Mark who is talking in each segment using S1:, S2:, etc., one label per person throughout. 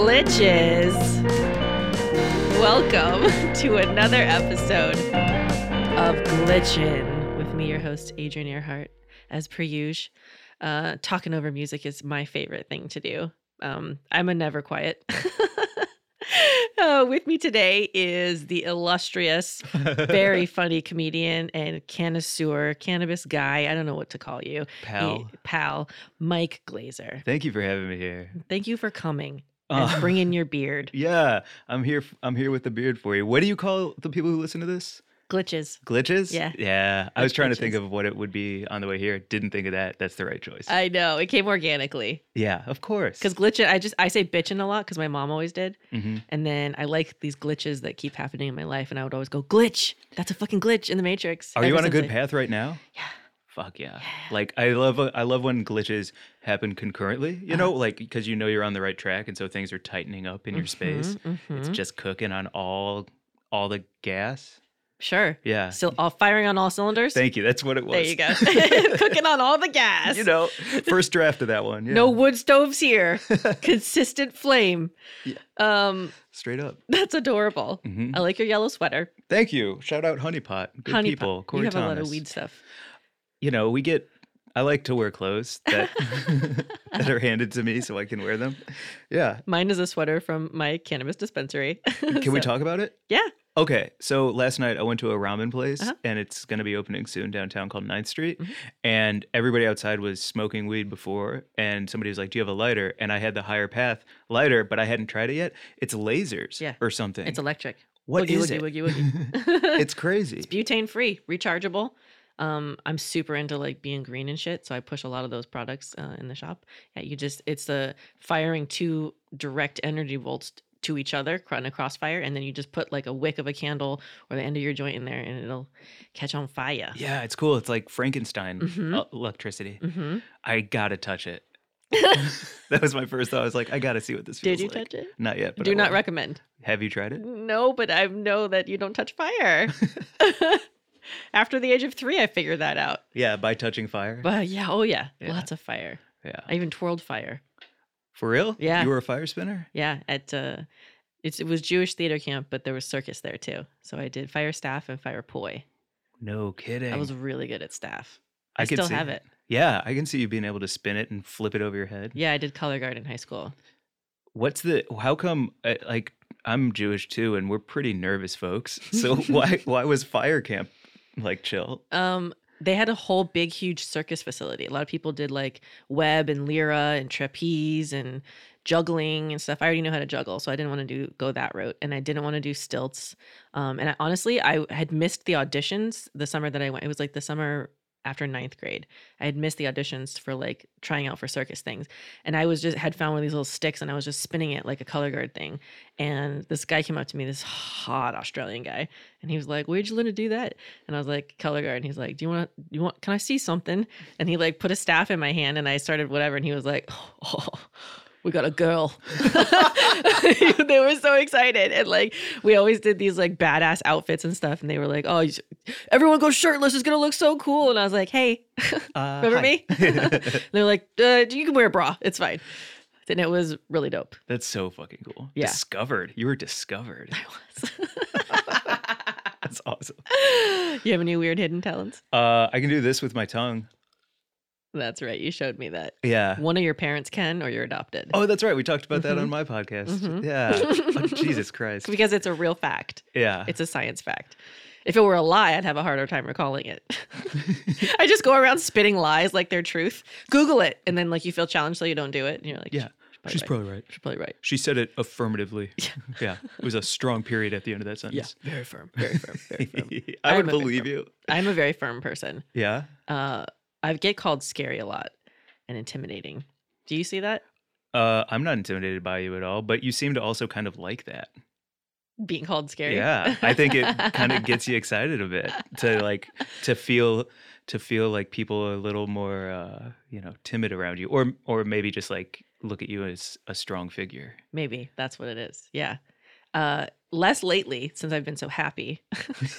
S1: bitches. Welcome to another episode of Glitchin' with me, your host, Adrian Earhart. As per usual, uh, talking over music is my favorite thing to do. Um, I'm a never quiet. Uh, with me today is the illustrious, very funny comedian and connoisseur, cannabis guy. I don't know what to call you.
S2: pal.
S1: He- pal, Mike Glazer.
S2: Thank you for having me here.
S1: Thank you for coming and
S2: Uh,
S1: bringing your beard.
S2: yeah, I'm here. f- I'm here with the beard for you. What do you call the people who listen to this?
S1: Glitches.
S2: Glitches?
S1: Yeah.
S2: Yeah. I
S1: Like
S2: was trying to think
S1: glitches. Uh,
S2: of what it would be on the way here. Didn't think of that. That's the right choice.
S1: I know it came organically
S2: yeah, of course.
S1: because glitching. I just I say bitching a lot because my mom always did,
S2: Mhm.
S1: and then I like these glitches that keep happening in my life, and I would always go glitch. That's a fucking glitch in the matrix.
S2: Are you
S1: ever
S2: on a
S1: since
S2: good
S1: I-
S2: path right now?
S1: Yeah.
S2: Fuck yeah.
S1: Yeah.
S2: Like I love I love when glitches happen concurrently,
S1: Uh-huh.
S2: you know, like because you know you're on the right track and so things are tightening up in your space.
S1: Mhm,
S2: It's
S1: mhm.
S2: just cooking on all all the gas.
S1: sure.
S2: Yeah.
S1: Still all firing on all cylinders.
S2: Thank you. That's what it was.
S1: there you go. Cooking on all the gas.
S2: you know, first draft of that one. Yeah.
S1: No wood stoves here. Consistent flame.
S2: Yeah.
S1: Um,
S2: Straight up.
S1: that's adorable.
S2: Mhm.
S1: I like your yellow sweater.
S2: Thank you. Shout out Honeypot. Good
S1: Honey
S2: people.
S1: pot.
S2: Corey
S1: you have
S2: Thomas.
S1: a lot of weed stuff.
S2: You know, we get. I like to wear clothes that that are handed to me so I can wear them. Yeah.
S1: Mine is a sweater from my cannabis dispensary.
S2: Can we talk about it?
S1: Yeah.
S2: Okay, so last night I went to a ramen place
S1: Uh-huh.
S2: and it's going to be opening soon downtown called 9th Street.
S1: Mhm.
S2: And everybody outside was smoking weed before. And somebody was like, Do you have a lighter? And I had the higher path lighter, but I hadn't tried it yet. It's lasers
S1: Yeah.
S2: or something.
S1: It's electric.
S2: What
S1: woogie,
S2: is
S1: woogie,
S2: it?
S1: woogie, woogie.
S2: it's crazy.
S1: it's butane free, rechargeable. Um, I'm super into like being green and shit, so I push a lot of those products uh, in the shop. Yeah, you just it's the firing two direct energy volts t- to each other cr- in a crossfire, and then you just put like a wick of a candle or the end of your joint in there, and it'll catch on fire.
S2: Yeah, it's cool. It's like Frankenstein
S1: Mhm.
S2: el- electricity.
S1: hmm
S2: I gotta touch it. that was my first thought. I was like, I gotta see what this feels
S1: Did you
S2: like.
S1: touch it?
S2: Not yet. But
S1: Do
S2: I
S1: not
S2: will.
S1: recommend.
S2: Have you tried it?
S1: No, but I know that you don't touch fire. After the age of three, I figured that out.
S2: Yeah, by touching fire.
S1: But yeah, oh yeah,
S2: Yeah.
S1: lots of fire.
S2: yeah.
S1: I even twirled fire.
S2: For real?
S1: Yeah.
S2: You were a fire spinner?
S1: Yeah, at uh, it's, it was Jewish theater camp, but there was circus there too. So I did fire staff and fire poi.
S2: No kidding.
S1: I was really good at staff.
S2: I
S1: I,
S2: could
S1: still
S2: see
S1: have
S2: it.
S1: it.
S2: Yeah, I can see you being able to spin it and flip it over your head.
S1: Yeah, I did color guard in high school.
S2: What's the? How come? uh, Like, I'm Jewish too, and we're pretty nervous folks. So why why was fire camp like chill?
S1: Um, they had a whole big, huge circus facility. A lot of people did like web and lira and trapeze and juggling and stuff. I already know how to juggle, so I didn't want to do go that route, and I didn't want to do stilts. Um, and I, honestly, I had missed the auditions the summer that I went. It was like the summer after ninth grade. I had missed the auditions for like trying out for circus things, and I was just had found one of these little sticks, and I was just spinning it like a color guard thing. And this guy came up to me, this hot Australian guy, and he was like, "Where'd you learn to do that?" And I was like, color guard. And he's like, do you want to, you want, can I see something? And he like put a staff in my hand and I started whatever. And he was like, oh, we got a girl. they were so excited. And like, we always did these like badass outfits and stuff. And they were like, oh, you- everyone go shirtless. It's going to look so cool. And I was like, hey,
S2: Uh,
S1: remember
S2: hi.
S1: me? And they're like, uh, you can wear a bra. It's fine. And it was really dope.
S2: That's so fucking cool.
S1: Yeah.
S2: Discovered. You were discovered. That's awesome.
S1: you have any weird hidden talents?
S2: Uh, I can do this with my tongue.
S1: That's right. You showed me that.
S2: Yeah.
S1: One of your parents can, or you're adopted.
S2: Oh, that's right. We talked about that
S1: Mhm.
S2: on my podcast.
S1: Mhm.
S2: Yeah. Oh, Jesus Christ.
S1: because it's a real fact.
S2: Yeah.
S1: It's a science fact. If it were a lie, I'd have a harder time recalling it. I just go around spitting lies like they're truth. Google it, and then like you feel challenged, so you don't do it, and you're like,
S2: yeah.
S1: she's
S2: She's
S1: probably right.
S2: probably right.
S1: She's probably right.
S2: She said it affirmatively. Yeah. It was a strong period at the end of that
S1: Yeah,
S2: sentence.
S1: very firm, very firm, very firm.
S2: I would
S1: I'm a big
S2: believe
S1: firm.
S2: you.
S1: I'm a very firm person.
S2: Yeah.
S1: Uh, I get called scary a lot and intimidating. Do you see that
S2: Uh, I'm not intimidated by you at all, but you seem to also kind of like that.
S1: being called scary?
S2: Yeah, I think it kind of gets you excited a bit to like to feel to feel like people are a little more uh, you know timid around you, or or maybe just like look at you as a strong figure.
S1: Maybe that's what it is. Yeah. Uh, less lately since I've been so happy.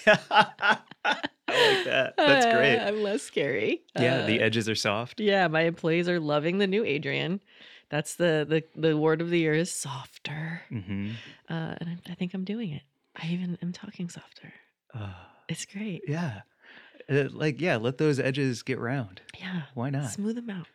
S2: I like that. That's
S1: Uh,
S2: great.
S1: I'm less scary.
S2: Yeah,
S1: Uh,
S2: the edges are soft.
S1: Yeah, my employees are loving the new Adrian. That's the the the word of the year is softer,
S2: hmm
S1: uh, and I, I think I'm doing it. I even am talking softer.
S2: Uh,
S1: It's great.
S2: yeah. Uh, Like, yeah, let those edges get round.
S1: Yeah.
S2: Why not?
S1: Smooth them out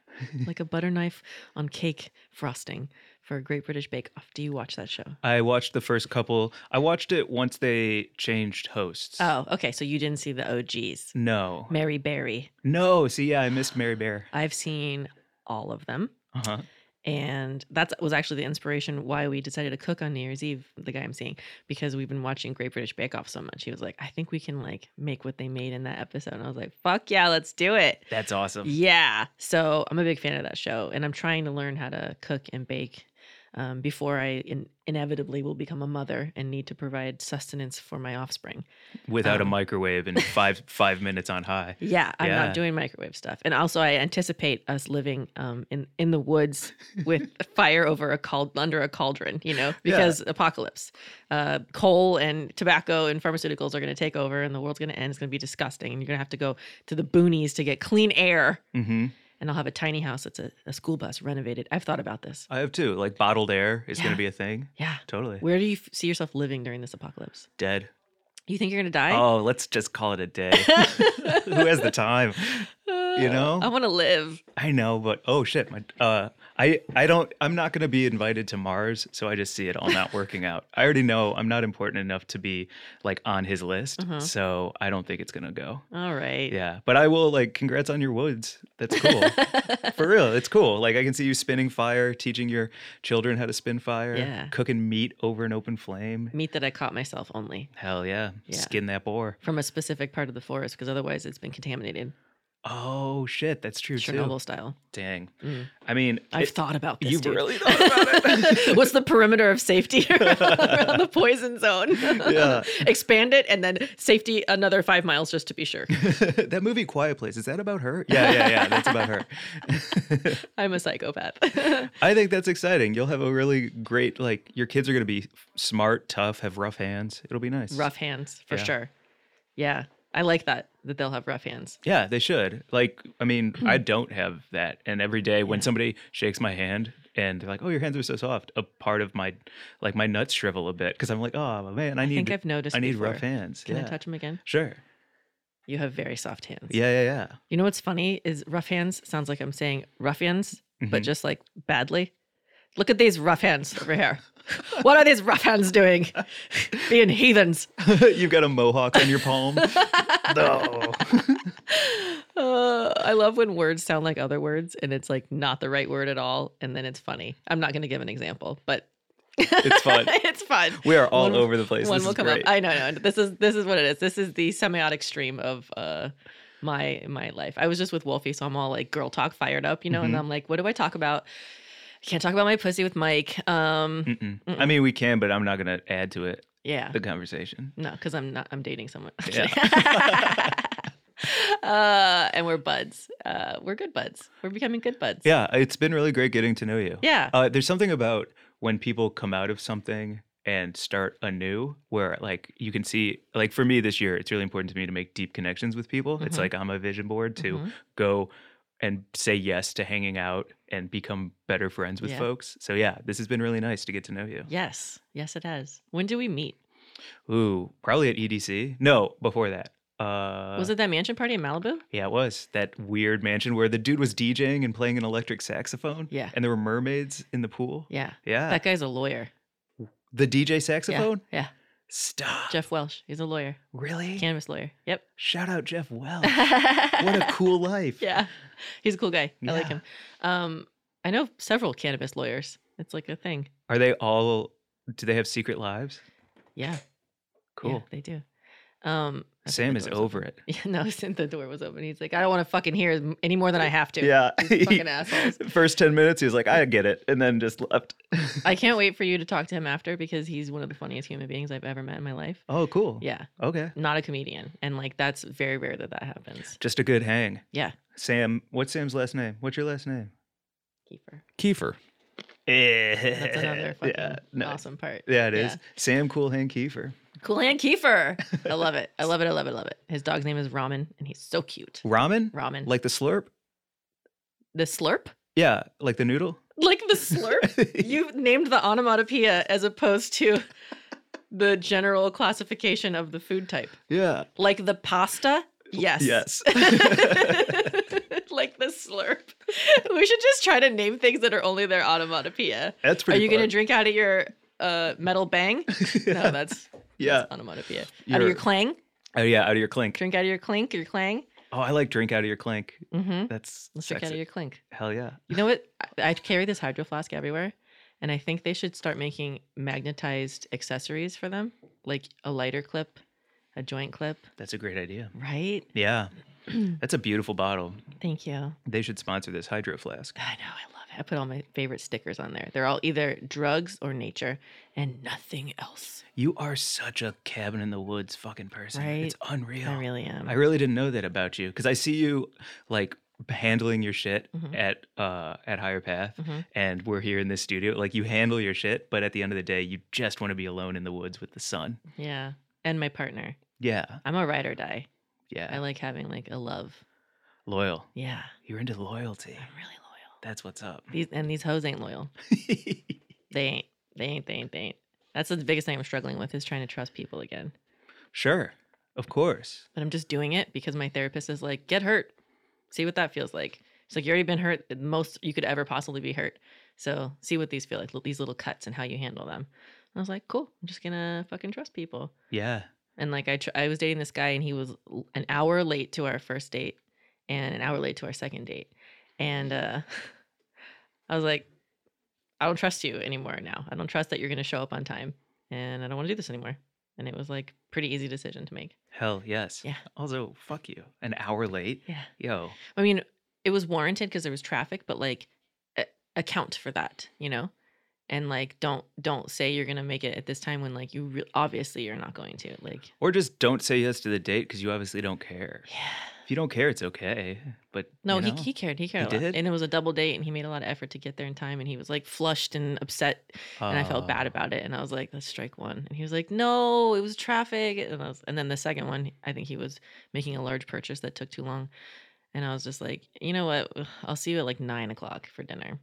S1: like a butter knife on cake frosting for a Great British Bake Off. Do you watch that show?
S2: I watched the first couple. I watched it once they changed hosts.
S1: Oh, okay. So you didn't see the OGs.
S2: No.
S1: Mary Berry.
S2: No. See, yeah, I missed Mary Bear.
S1: I've seen all of them.
S2: Uh huh.
S1: And that was actually the inspiration why we decided to cook on New Year's Eve, the guy I'm seeing, because we've been watching Great British Bake Off so much. He was like, I think we can like make what they made in that episode. And I was like, fuck yeah, let's do it.
S2: That's awesome.
S1: Yeah. So I'm a big fan of that show, and I'm trying to learn how to cook and bake um, before I in- inevitably will become a mother and need to provide sustenance for my offspring.
S2: Without
S1: Um,
S2: a microwave and five five minutes on high.
S1: Yeah, I'm
S2: Yeah.
S1: not doing microwave stuff, and also I anticipate us living um, in in the woods with fire over a cal- under a cauldron, you know, because apocalypse, uh, coal and tobacco and pharmaceuticals are going to take over, and the world's going to end. It's going to be disgusting, and you're going to have to go to the boonies to get clean air.
S2: hmm
S1: and I'll have a tiny house that's a, a school bus renovated. I've thought about this.
S2: I have too. Like bottled air is going
S1: Yeah.
S2: to be a thing.
S1: Yeah.
S2: Totally.
S1: Where do you f- see yourself living during this apocalypse?
S2: Dead.
S1: You think you're going to die?
S2: Oh, let's just call it a day. Who has the time? you know?
S1: I want to live.
S2: I know, but oh shit, my uh, I I don't. I'm not going to be invited to Mars, so I just see it all not working out. I already know I'm not important enough to be like on his list,
S1: Uh-huh.
S2: so I don't think it's going to go.
S1: All right.
S2: Yeah, but I will like. Congrats on your woods. That's cool. For real, it's cool. Like I can see you spinning fire, teaching your children how to spin fire,
S1: Yeah.
S2: cooking meat over an open flame.
S1: Meat that I caught myself only
S2: Hell yeah,
S1: Yeah.
S2: skin that boar.
S1: from a specific part of the forest because otherwise it's been contaminated
S2: Oh shit, that's true
S1: Chernobyl
S2: too.
S1: style.
S2: Dang.
S1: Mm.
S2: I mean,
S1: I've
S2: it-
S1: thought about this.
S2: you've
S1: dude.
S2: really thought about it.
S1: What's the perimeter of safety around the poison zone?
S2: Yeah.
S1: Expand it and then safety another five miles just to be sure.
S2: that movie Quiet Place, is that about her? Yeah, yeah, yeah. That's about her.
S1: I'm a psychopath.
S2: I think that's exciting. You'll have a really great like your kids are gonna be smart, tough, have rough hands. It'll be nice.
S1: rough hands for
S2: Yeah.
S1: sure. Yeah. I like that, that they'll have rough hands.
S2: Yeah, they should. Like, I mean, I don't have that. And every day when somebody shakes my hand and they're like, Oh, your hands are so soft, a part of my like my nuts shrivel a bit because I'm like, Oh man, I need
S1: think I've noticed
S2: I need rough
S1: before.
S2: hands.
S1: Can
S2: yeah.
S1: I touch them again?
S2: Sure.
S1: You have very soft hands.
S2: Yeah, yeah, yeah.
S1: You know what's funny is rough hands sounds like I'm saying ruffians, but
S2: Mhm.
S1: just like badly. Look at these rough hands over here. what are these rough hands doing? Being heathens.
S2: You've got a mohawk on your palm. no.
S1: Uh, I love when words sound like other words and it's like not the right word at all. And then it's funny. I'm not going to give an example, but
S2: It's fun.
S1: it's fun.
S2: We are all
S1: One-
S2: over the place.
S1: one
S2: This
S1: will
S2: is
S1: come
S2: great.
S1: up. I know, no, this is this is what it is. This is the semiotic stream of uh my my life. I was just with Wolfie, so I'm all like girl talk fired up, you know, and
S2: Mhm.
S1: I'm like, what do I talk about? I can't talk about my pussy with Mike. Um
S2: Mm-mm. I mean, we can, but I'm not going to add to it
S1: yeah.
S2: Mm. the conversation.
S1: No, because I'm not I'm dating someone.
S2: Yeah.
S1: uh and we're buds. Uh we're good buds. We're becoming good buds.
S2: Yeah, it's been really great getting to know you.
S1: Yeah.
S2: Uh, there's something about when people come out of something and start anew where like you can see like for me this year it's really important to me to make deep connections with people it's
S1: Mhm.
S2: like i'm a vision board to
S1: Mhm.
S2: go and say yes to hanging out and become better friends with
S1: Yeah.
S2: folks so yeah this has been really nice to get to know you
S1: Yes. Yes, it has. When do we meet?
S2: ooh probably at edc no before that uh
S1: was it that mansion party in Malibu?
S2: Yeah, it was that weird mansion where the dude was DJing and playing an electric saxophone.
S1: Yeah.
S2: And there were mermaids in the pool.
S1: Yeah.
S2: Yeah.
S1: That guy's a lawyer.
S2: the DJ
S1: Yeah,
S2: saxophone?
S1: yeah.
S2: Stop.
S1: Jeff Welsh. He's a lawyer.
S2: really?
S1: Canvas lawyer. Yep.
S2: Shout out Jeff Wells. what
S1: what
S2: a cool life.
S1: yeah he's a cool guy i like
S2: Yeah.
S1: him um i know several cannabis lawyers it's like a thing
S2: Are they all do they have secret lives?
S1: yeah yeah,
S2: Cool.
S1: they do um I think
S2: Sam
S1: the
S2: is
S1: door's open.
S2: over it.
S1: yeah no since the door was open he's like i don't want to fucking hear m- any more than i have to
S2: Yeah.
S1: These fucking assholes.
S2: First 10 minutes, he was like, I get it. And then just left.
S1: i can't wait for you to talk to him after because he's one of the funniest human beings i've ever met in my life
S2: oh, cool.
S1: yeah
S2: Okay.
S1: not a comedian and like that's very rare that that happens
S2: Just a good hang.
S1: yeah
S2: Sam, what's Sam's last name? What's your last name?
S1: Kiefer.
S3: Kiefer.
S1: that's
S2: That's
S1: another fucking
S2: no.
S1: awesome part
S2: Yeah, it is.
S1: Yeah.
S2: Sam Cool Hand Kiefer.
S1: cool hand kiefer i love it i love it i love it I love it his dog's name is ramen and he's so cute
S2: Ramen?
S1: ramen
S2: Like the slurp?
S1: the slurp
S2: Yeah, like the noodle?
S1: like the slurp. you named the onomatopoeia as opposed to the general classification of the food type.
S2: yeah.
S1: Like the pasta? Yes.
S2: Yes.
S1: like the slurp. We should just try to name things that are only their onomatopoeia.
S2: That's
S1: Are
S2: pretty.
S1: you going to
S2: fun.
S1: drink out of your uh, metal bang? No, that's
S2: Yeah.
S1: onomatopoeia. Out of
S2: Your-
S1: your clang?
S2: Oh yeah, out of your clink.
S1: Drink out of your clink, your clang?
S2: Oh, I like drink out of your clink.
S1: Mm-hmm.
S2: That's
S1: Let's drink out of
S2: sexy.
S1: your clink.
S2: hell yeah.
S1: You know what? I, I carry this hydro flask everywhere, and I think they should start making magnetized accessories for them, like a lighter clip, a joint clip,
S2: That's a great idea.
S1: right?
S2: Yeah, that's a beautiful bottle.
S1: Thank you.
S2: They should sponsor this hydro flask.
S1: I know, I love it. I put all my favorite stickers on there. They're all either drugs or nature and nothing else.
S2: You are such a cabin in the woods fucking person. It's unreal.
S1: I really am.
S2: I really didn't know that about you because I see you like handling your shit
S1: Mhm.
S2: at uh at Higher Path,
S1: Mhm.
S2: and we're here in this studio. Like you handle your shit, but at the end of the day, you just want to be alone in the woods with the sun.
S1: yeah. And my partner.
S2: Yeah,
S1: I'm a ride or die.
S2: yeah.
S1: I like having like a love.
S2: loyal.
S1: Yeah.
S2: You're into loyalty.
S1: I'm really loyal.
S2: That's what's up.
S1: These and these hoes ain't loyal. They ain't. They ain't. They ain't. They ain't. That's the biggest thing I'm struggling with is trying to trust people again.
S2: sure, of course.
S1: But I'm just doing it because my therapist is like, get hurt. See what that feels like. She's like, you already been hurt the most you could ever possibly be hurt. So see what these feel like, these little cuts and how you handle them. And I was like, cool. I'm just gonna fucking trust people.
S2: Yeah.
S1: And like I, tr- I was dating this guy, and he was l- an hour late to our first date, and an hour late to our second date, and uh, I was like, I don't trust you anymore now. I don't trust that you're going to show up on time, and I don't want to do this anymore. And it was like pretty easy decision to make.
S2: Hell yes.
S1: Yeah.
S2: Also, fuck you. An hour late.
S1: Yeah,
S2: Yo.
S1: I mean, it was warranted because there was traffic, but like, a- account for that, you know, and like, don't don't say you're going to make it at this time when like you re- obviously you're not going to. Like,
S2: Or just don't say yes to the date because you obviously don't care.
S1: yeah.
S2: If you don't care, it's okay. But
S1: No,
S2: you
S1: he,
S2: know.
S1: he cared. He cared
S2: He
S1: a lot.
S2: did?
S1: And it was a double date, and he made a lot of effort to get there in time. And he was like flushed and upset, and I felt bad
S2: Uh,
S1: about it. And I was like, "Let's strike one." And he was like, "No, it was traffic." And I was, and then the second one, I think he was making a large purchase that took too long. And I was just like, "You know what? Ugh, I'll see you at like nine o'clock for dinner."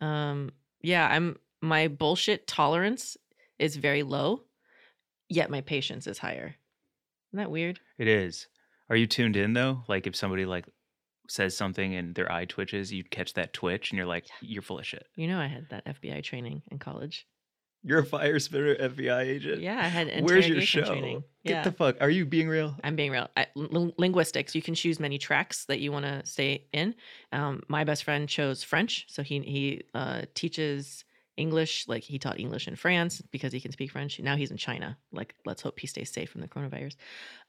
S1: Um. Yeah, I'm. My bullshit tolerance is very low, yet my patience is higher. Isn't that weird?
S2: It is. Are you tuned in though? Like if somebody like says something and their eye twitches, you catch that twitch and you're like, you're full of shit.
S1: You know, I had that FBI training in college.
S2: You're a fire spitter FBI agent.
S1: Yeah, I had
S2: Where's your
S1: interrogation
S2: show?
S1: training.
S2: Get
S1: yeah.
S2: the fuck. Are you being real?
S1: I'm being real. I, lin- linguistics, you can choose many tracks that you want to stay in. Um, my best friend chose French, so he he uh, teaches English. Like he taught English in France because he can speak French. Now he's in China. Like let's hope he stays safe from the coronavirus.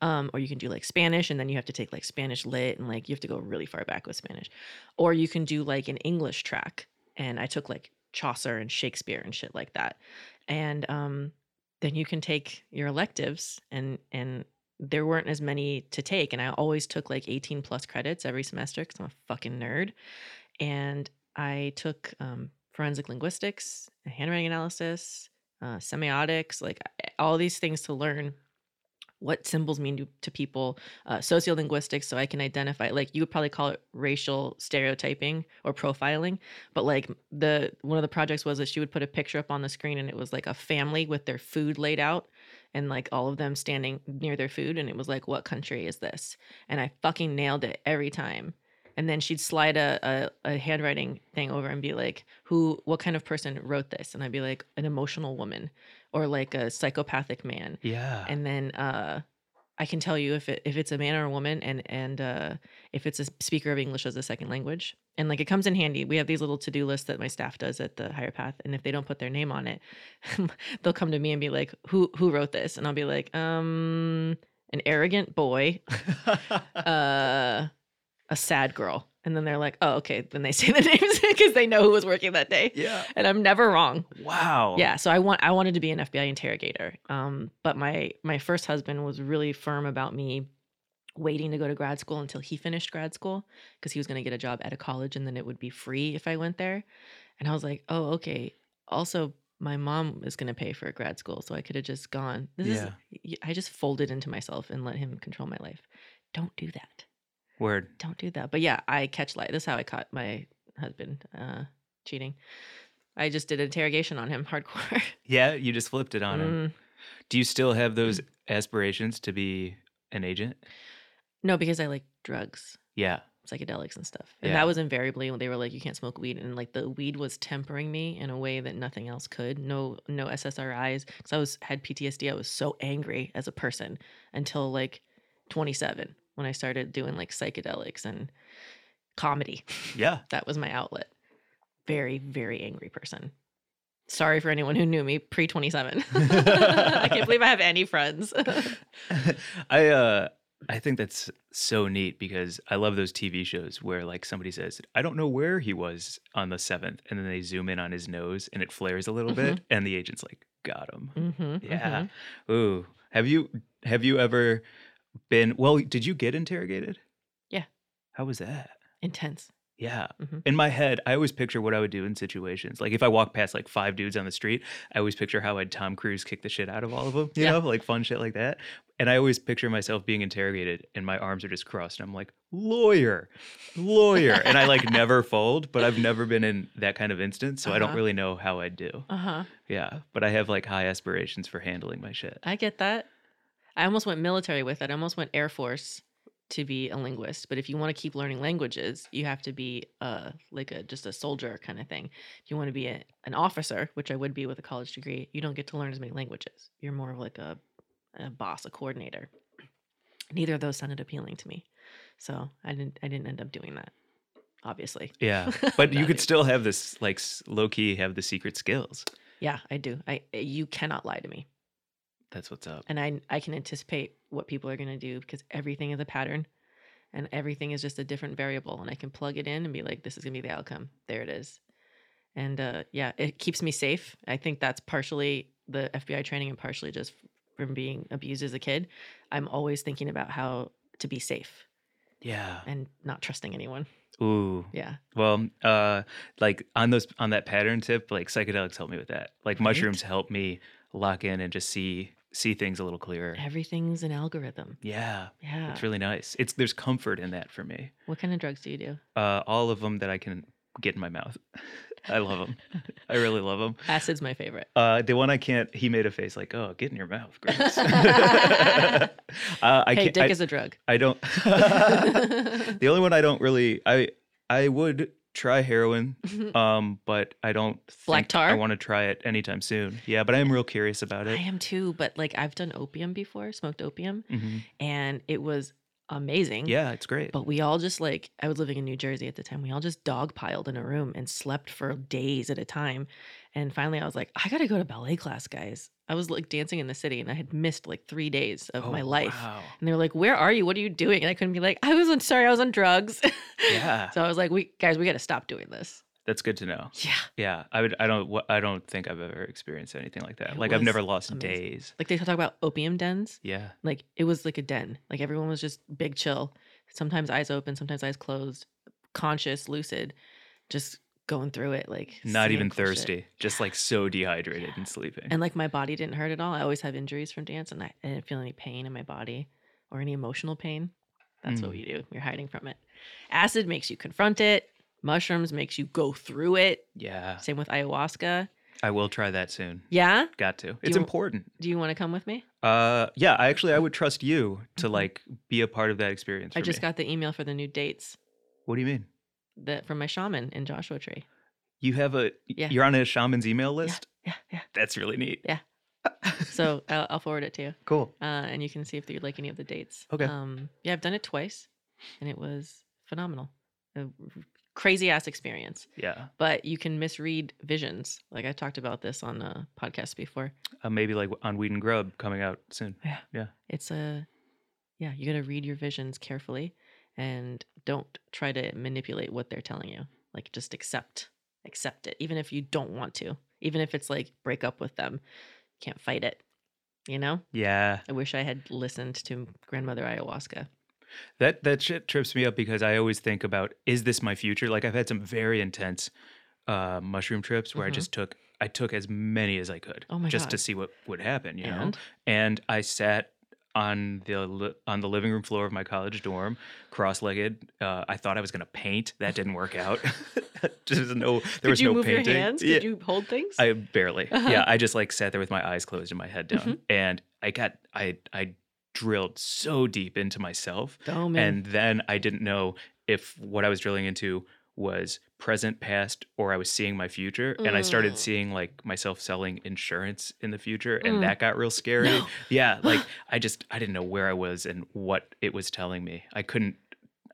S1: Um, or you can do like Spanish, and then you have to take like Spanish lit, and like you have to go really far back with Spanish. Or you can do like an English track, and I took like Chaucer and Shakespeare and shit like that. And um, then you can take your electives and and there weren't as many to take and i always took like 18 plus credits every semester because i'm a fucking nerd and i took um, forensic linguistics handwriting analysis uh, semiotics like I- all these things to learn what symbols mean to, to people uh, sociolinguistics so i can identify like you would probably call it racial stereotyping or profiling but like the one of the projects was that she would put a picture up on the screen and it was like a family with their food laid out and like all of them standing near their food and it was like what country is this and i fucking nailed it every time and then she'd slide a, a, a handwriting thing over and be like who what kind of person wrote this and i'd be like an emotional woman or like a psychopathic man
S2: Yeah.
S1: and then uh I can tell you if it, if it's a man or a woman, and and uh, if it's a speaker of English as a second language, and like it comes in handy. We have these little to do lists that my staff does at the Higher Path, and if they don't put their name on it, they'll come to me and be like, "Who who wrote this?" And I'll be like, "Um, an arrogant boy, uh, a sad girl," and then they're like, "Oh, okay." Then they say the names because they know who was working that day,
S2: yeah.
S1: and I'm never wrong.
S2: Wow.
S1: Yeah, so I want I wanted to be an FBI interrogator. Um, but my my first husband was really firm about me waiting to go to grad school until he finished grad school because he was going to get a job at a college and then it would be free if I went there. And I was like, "Oh, okay. Also, my mom is going to pay for grad school, so I could have just gone." This
S2: Yeah.
S1: is y- I just folded into myself and let him control my life. Don't do that
S2: Word.
S1: don't do that. But yeah, I catch light. This is how I caught my husband. Uh, cheating. I just did interrogation on him hardcore.
S2: Yeah, you just flipped it on him.
S1: Mm.
S2: Do you still have those aspirations to be an agent?
S1: No, because I like drugs,
S2: Yeah.
S1: psychedelics and stuff. And
S2: Yeah.
S1: that was invariably when they were like, you can't smoke weed. And like the weed was tempering me in a way that nothing else could. No, no SSRIs. Cause I was, had PTSD. I was so angry as a person until like 27 when I started doing like psychedelics and comedy.
S2: Yeah.
S1: That was my outlet. Very, very angry person. Sorry for anyone who knew me pre 27. I can't believe I have any friends.
S2: I uh I think that's so neat because I love those TV shows where like somebody says, I don't know where he was on the seventh, and then they zoom in on his nose and it flares a little bit, and the agent's like, Got him.
S1: hmm
S2: Yeah. Ooh. Have you have you ever been well, did you get interrogated?
S1: Yeah.
S2: How was that?
S1: Intense.
S2: Yeah.
S1: Mhm.
S2: In my head, I always picture what I would do in situations. Like if I walk past like five dudes on the street, I always picture how I'd Tom Cruise kick the shit out of all of them, you
S1: Yeah.
S2: know, like fun shit like that. And I always picture myself being interrogated and my arms are just crossed. And I'm like, lawyer, lawyer. and I like never fold, but I've never been in that kind of instance. So I don't
S1: Uh-huh.
S2: really know how I'd do.
S1: Uh huh.
S2: Yeah. But I have like high aspirations for handling my shit.
S1: I get that. I almost went military with it. I almost went Air Force to be a linguist. But if you want to keep learning languages, you have to be uh like a just a soldier kind of thing. If you want to be a, an officer, which I would be with a college degree, you don't get to learn as many languages. You're more of like a, a boss, a coordinator. Neither of those sounded appealing to me, so I didn't. I didn't end up doing that. Obviously,
S2: Yeah. But you
S1: Not
S2: could
S1: it.
S2: still have this like low key have the secret skills.
S1: yeah, I do. I you cannot lie to me.
S2: That's what's up.
S1: and I I can anticipate what people are going to do because everything is a pattern and everything is just a different variable and I can plug it in and be like this is going to be the outcome. There it is. And uh yeah, it keeps me safe. I think that's partially the FBI training and partially just from being abused as a kid. I'm always thinking about how to be safe
S2: Yeah.
S1: and not trusting anyone.
S2: Ooh.
S1: Yeah.
S2: Well, uh, like on those on that pattern tip, like psychedelics help me with that. Like
S1: Right?
S2: mushrooms help me lock in and just see see things a little clearer.
S1: Everything's an algorithm.
S2: Yeah,
S1: Yeah.
S2: it's really nice. It's there's comfort in that for me.
S1: what kind of drugs do you do?
S2: Uh, all of them that I can get in my mouth, I love them. I really love them.
S1: Acid's my favorite.
S2: Uh, the one I can't. He made a face like, "Oh, get in your mouth, gross." uh, I
S1: hey,
S2: can't.
S1: dick
S2: I,
S1: is a drug.
S2: I don't. the only one I don't really. I I would try heroin um, but I don't
S1: Black
S2: think I
S1: tar?
S2: want to try it anytime soon. Yeah, but I am real curious about
S1: I
S2: it.
S1: am too, but like I've done opium before, smoked opium,
S2: hmm
S1: and it was amazing.
S2: Yeah, it's great.
S1: But we all just like I was living in New Jersey at the time. We all just dogpiled in a room and slept for days at a time. And finally I was like, I gotta go to ballet class, guys. I was like dancing in the city and I had missed like three days of
S2: Oh,
S1: my life.
S2: Wow.
S1: And they were like, Where are you? What are you doing? And I couldn't be like, I was on sorry, I was on drugs.
S2: Yeah,
S1: so I was like, We guys, we gotta stop doing this.
S2: that's good to know.
S1: Yeah.
S2: Yeah, I would. I don't. wh- I don't think I've ever experienced anything like that.
S1: It
S2: Like I've
S1: was
S2: never lost
S1: amazing.
S2: days.
S1: Like they talk about opium dens.
S2: Yeah.
S1: like it was like a den like everyone was just big chill sometimes eyes open sometimes eyes closed conscious lucid just going through it like
S2: Not
S1: seeing
S2: even
S1: cool shit.
S2: thirsty. Just like so dehydrated
S1: Yeah.
S2: and sleeping.
S1: and like my body didn't hurt at all i always have injuries from dance and i, I didn't feel any pain in my body or any emotional pain that's what
S2: Mm.
S1: we do you're hiding from it acid makes you confront it mushrooms makes you go through it
S2: yeah,
S1: same with ayahuasca
S2: I will try that soon.
S1: yeah
S2: Got to. It's
S1: you-
S2: important.
S1: do you want to come with me
S2: Uh, yeah. I actually I would trust you to
S1: Mhm.
S2: like be a part of that experience.
S1: i
S2: for
S1: just
S2: me.
S1: got the email for the new dates
S2: What do you mean?
S1: that from my shaman in joshua tree
S2: You have a.
S1: Yeah.
S2: You're on a shaman's email list.
S1: yeah yeah
S2: That's really neat.
S1: Yeah. so I'll, I'll forward it to you
S2: Cool.
S1: uh, and you can see if you'd like any of the dates
S2: Okay.
S1: um yeah i've done it twice and it was phenomenal a crazy ass experience
S2: Yeah.
S1: but you can misread visions like i talked about this on a podcast before
S2: Uh, maybe like on Weed and Grub coming out soon.
S1: it's a yeah you gotta read your visions carefully and don't try to manipulate what they're telling you like just accept accept it even if you don't want to even if it's like break up with them can't fight it you know
S2: Yeah.
S1: I wish I had listened to grandmother ayahuasca.
S2: That that shit trips me up because I always think about is this my future? Like I've had some very intense uh mushroom trips where
S1: Mhm.
S2: I just took I took as many as I could
S1: Oh my
S2: just to
S1: God.
S2: see what would happen, you know.
S1: and
S2: And I sat on the li- on the living room floor of my college dorm, cross-legged. Uh, I thought I was gonna paint. That didn't work out. Just no, there
S1: Could
S2: was
S1: you
S2: no
S1: move
S2: painting.
S1: your hands?
S2: Yeah.
S1: Could you hold things?
S2: I barely.
S1: Uh-huh.
S2: Yeah, I just like sat there with my eyes closed and my head down,
S1: Mhm.
S2: and I got I I drilled so deep into myself,
S1: oh man.
S2: and then I didn't know if what I was drilling into was present, past, or I was seeing my future, and I started
S1: Mm.
S2: seeing like myself selling insurance in the future, and
S1: Mm.
S2: that got real scary.
S1: No.
S2: Yeah, like I just I didn't know where I was and what it was telling me. I couldn't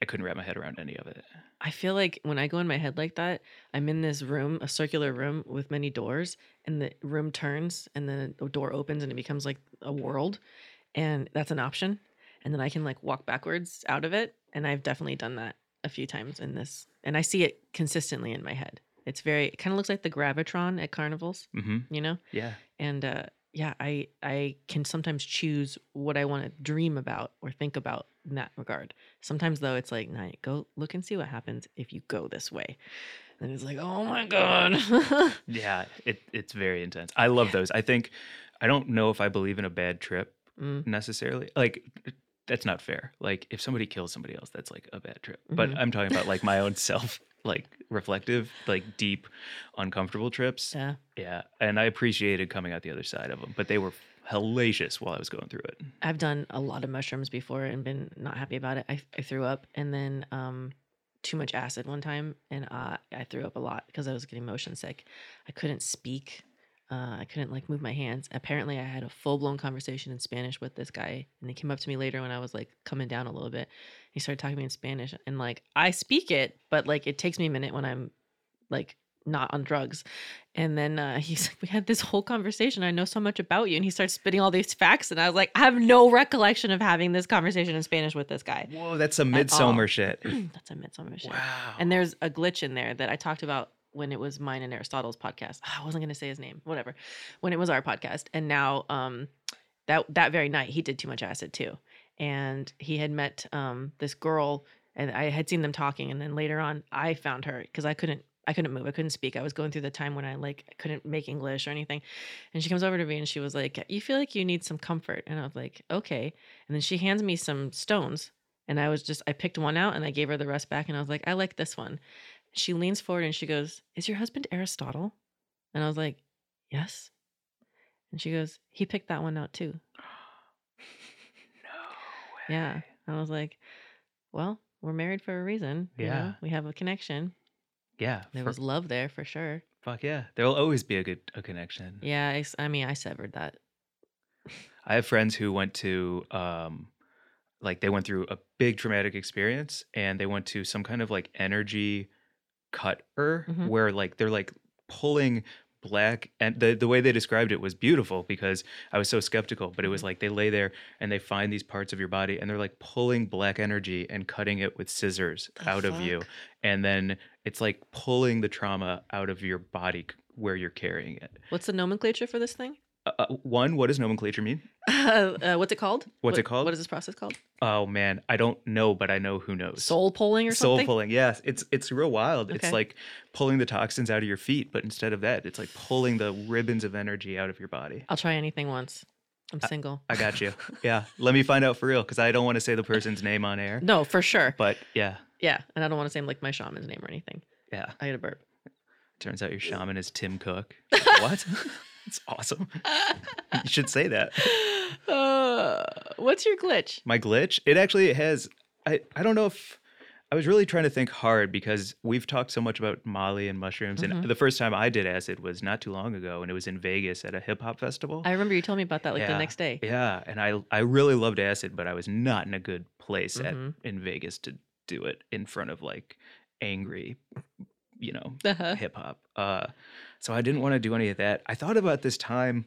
S2: I couldn't wrap my head around any of it.
S1: I feel like when I go in my head like that, I'm in this room, a circular room with many doors, and the room turns and the door opens and it becomes like a world. And that's an option. And then I can like walk backwards out of it. And I've definitely done that a few times in this. And I see it consistently in my head. It's very, it kind of looks like the Gravitron at carnivals,
S2: hmm
S1: you know?
S2: Yeah.
S1: and uh, yeah, I I can sometimes choose what I want to dream about or think about in that regard. Sometimes though, it's like, nah, go look and see what happens if you go this way, and it's like, oh my god,
S2: Yeah, it, it's very intense. I love those. I think I don't know if I believe in a bad trip
S1: Mm,
S2: necessarily. Like that's not fair. Like if somebody kills somebody else, that's like a bad trip. But
S1: Mhm.
S2: I'm talking about like my own self, like reflective, like deep, uncomfortable trips.
S1: yeah.
S2: Yeah, and I appreciated coming out the other side of them, but they were hellacious while I was going through it.
S1: I've done a lot of mushrooms before and been not happy about it. I, I threw up and then um, too much acid one time, and uh, I threw up a lot because I was getting motion sick. I couldn't speak. Uh, I couldn't like move my hands. Apparently, I had a full blown conversation in Spanish with this guy, and he came up to me later when I was like coming down a little bit. He started talking to me in Spanish, and like I speak it, but like it takes me a minute when I'm like not on drugs. And then uh, he's like, We had this whole conversation. I know so much about you. And he starts spitting all these facts. And I was like, I have no recollection of having this conversation in Spanish with this guy.
S2: Whoa, that's some
S1: At all.
S2: midsummer shit.
S1: That's a midsummer shit.
S2: Wow.
S1: And there's a glitch in there that I talked about when it was mine and Aristotle's podcast. Ah, I wasn't going to say his name, whatever. When it was our podcast. And now um that that very night he did too much acid too. And he had met um this girl and I had seen them talking and then later on I found her cuz I couldn't I couldn't move. I couldn't speak. I was going through the time when I like I couldn't make English or anything. And she comes over to me and she was like, "You feel like you need some comfort." And I was like, "Okay." And then she hands me some stones and I was just, I picked one out and I gave her the rest back. And I was like, I like this one. She leans forward and she goes, Is your husband Aristotle? And I was like, Yes. And she goes, He picked that one out too.
S2: No
S1: Yeah.
S2: way.
S1: And I was like, Well, we're married for a reason. you know?
S2: Yeah.
S1: we have a connection.
S2: Yeah.
S1: There
S2: for-
S1: was love there for sure.
S2: fuck yeah. There'll always be a good a connection.
S1: Yeah. I, s- I mean, I severed that.
S2: I have friends who went to um like they went through a big traumatic experience and they went to some kind of like energy cutter
S1: Mhm.
S2: where like they're like pulling black and the, the way they described it was beautiful because I was so skeptical, but it
S1: Mm-hmm.
S2: was like they lay there and they find these parts of your body and they're like pulling black energy and cutting it with scissors
S1: The
S2: out of you.
S1: fuck?
S2: And then it's like pulling the trauma out of your body c- where you're carrying it.
S1: What's the nomenclature for this thing?
S2: Uh, uh, one, what does nomenclature mean?
S1: Uh, what's it called?
S2: What's
S1: What-
S2: it called?
S1: What is this process called?
S2: Oh man, I don't know, but I know who knows.
S1: Soul polling or
S2: Soul
S1: something?
S2: pulling, yes. It's it's real wild. It's
S1: Okay.
S2: like pulling the toxins out of your feet, but instead of that, it's like pulling the ribbons of energy out of your body.
S1: I'll try anything once. I'm
S2: I-
S1: single.
S2: I got you. yeah, let me find out for real because I don't want to say the person's name on air.
S1: No, for sure.
S2: But yeah,
S1: Yeah, and I don't want to say like my shaman's name or anything.
S2: yeah.
S1: I had a burp.
S2: Turns out your shaman is Tim Cook. what? It's awesome. You should say that.
S1: Uh, what's your glitch?
S2: my glitch it actually has i i don't know if i was really trying to think hard because we've talked so much about molly and mushrooms
S1: Mhm.
S2: and the first time i did acid was not too long ago and it was in vegas at a hip-hop festival
S1: I remember you told me about that like
S2: Yeah.
S1: the next day.
S2: yeah and i i really loved acid but i was not in a good place
S1: Mhm.
S2: at in vegas to do it in front of like angry you know
S1: Uh-huh.
S2: hip hop. Uh, so I didn't want to do any of that. I thought about this time.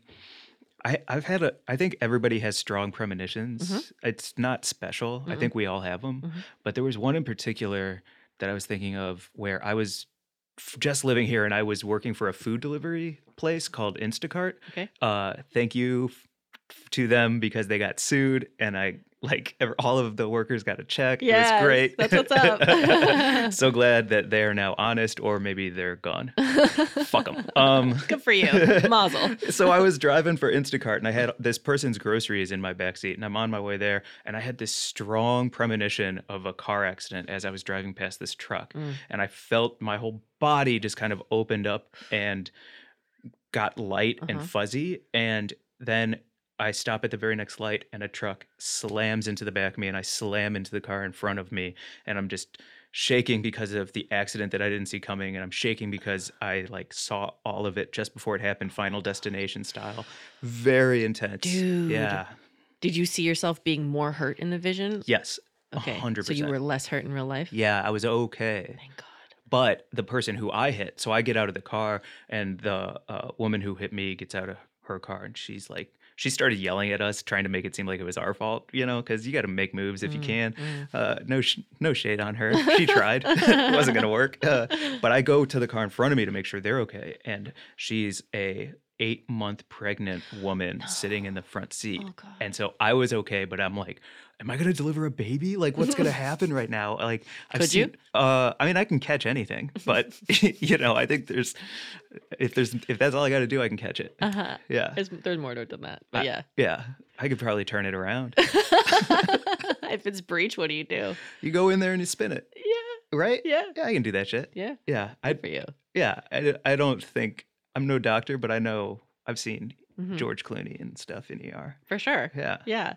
S2: I, I've had a. I think everybody has strong premonitions. It's not special. I
S1: Mm-mm.
S2: think we all have them.
S1: Mhm.
S2: But there was one in particular that I was thinking of where I was f- just living here and I was working for a food delivery place called Instacart.
S1: Okay.
S2: Uh, thank you f- to them because they got sued and I like ever, all of the workers got a check.
S1: Yes,
S2: it was great.
S1: that's what's up.
S2: so glad that they are now honest, or maybe they're gone. Fuck them. Um,
S1: Good for you. Mazel.
S2: so I was driving for Instacart and I had this person's groceries in my backseat and I'm on my way there and I had this strong premonition of a car accident as I was driving past this truck
S1: Mm.
S2: and I felt my whole body just kind of opened up and got light
S1: Uh-huh.
S2: and fuzzy and then I stop at the very next light and a truck slams into the back of me and I slam into the car in front of me and I'm just shaking because of the accident that I didn't see coming, and I'm shaking because I like saw all of it just before it happened, Final Destination style. Very intense,
S1: Dude.
S2: Yeah.
S1: Did you see yourself being more hurt in the vision?
S2: Yes. a
S1: Okay.
S2: Hundred
S1: So you
S2: percent.
S1: were less hurt in real life?
S2: Yeah, I was okay.
S1: Thank God.
S2: But the person who I hit, so I get out of the car, and the uh, woman who hit me gets out of her car, and she's like, she started yelling at us, trying to make it seem like it was our fault, you know, because you got to make moves if you
S1: Mm,
S2: can.
S1: mm.
S2: Uh, no, sh- no shade on her. She tried. it wasn't gonna work. Uh, but I go to the car in front of me to make sure they're okay, and she's a eight month pregnant woman sitting in the front seat.
S1: Oh, God.
S2: and so I was okay, but I'm like, am I gonna deliver a baby? Like, what's gonna happen right now? Like, I've
S1: Could you?
S2: seen- Uh, I mean, I can catch anything, but you know, I think there's if there's if that's all I got to do, I can catch it.
S1: Uh-huh.
S2: Yeah,
S1: There's, there's more to it than that. But
S2: Uh, I-
S1: yeah.
S2: yeah, I could probably turn it around.
S1: if it's breach, what do you do?
S2: you go in there and you spin it,
S1: Yeah.
S2: right?
S1: Yeah.
S2: Yeah, I can do that shit.
S1: Yeah.
S2: Yeah, I
S1: Good for you.
S2: Yeah, I, d- I don't think I'm no doctor, but I know I've seen
S1: Mhm.
S2: George Clooney and stuff in ER.
S1: For sure.
S2: Yeah.
S1: Yeah.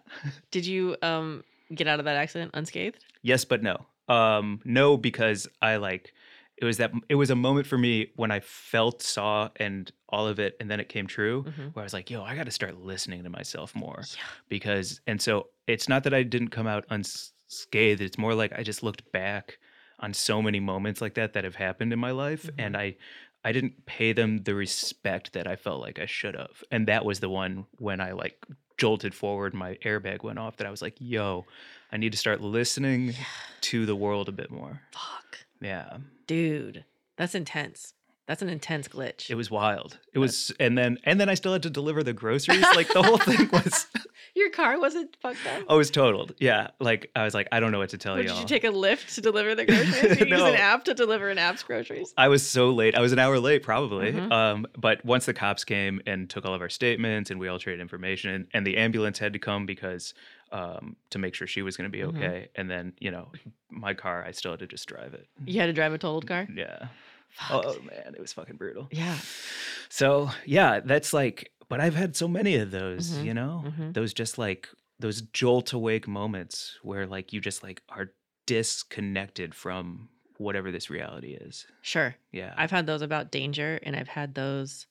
S1: Did you um get out of that accident unscathed?
S2: Yes, but no. Um, no, because I like it was that it was a moment for me when I felt, saw, and all of it, and then it came true.
S1: Mhm.
S2: Where I was like, "Yo, I got to start listening to myself more,"
S1: Yeah.
S2: because, and so it's not that I didn't come out unscathed. It's more like I just looked back on so many moments like that that have happened in my life, and I, I didn't pay them the respect that I felt like I should have, and that was the one when I like jolted forward, my airbag went off. That I was like, "Yo, I need to start listening to the world a bit more."
S1: Fuck.
S2: Yeah.
S1: Dude, that's intense. That's an intense glitch.
S2: It was wild. It was, and then and then I still had to deliver the groceries. Like the whole thing was,
S1: Your car wasn't fucked up?
S2: I was Oh, totaled. Yeah, like I was like, I don't know what to tell
S1: Or did
S2: Oh, y'all.
S1: you take a lift to deliver the groceries? Did you use
S2: No.
S1: an app to deliver an app's groceries?
S2: I was so late. I was an hour late, probably.
S1: Mhm.
S2: Um, but once the cops came and took all of our statements, and we all traded information, and the ambulance had to come because um, to make sure she was going to be
S1: Mhm.
S2: okay. And then you know, my car, I still had to just drive it.
S1: You had to drive a totaled car?
S2: Yeah.
S1: Fuck.
S2: Oh man, it was fucking brutal.
S1: Yeah.
S2: So yeah, that's like. But I've had so many of those,
S1: Mhm.
S2: you know.
S1: Mhm.
S2: those just like those jolt awake moments where like you just like are disconnected from whatever this reality is.
S1: Sure.
S2: Yeah.
S1: I've had those about danger and I've had those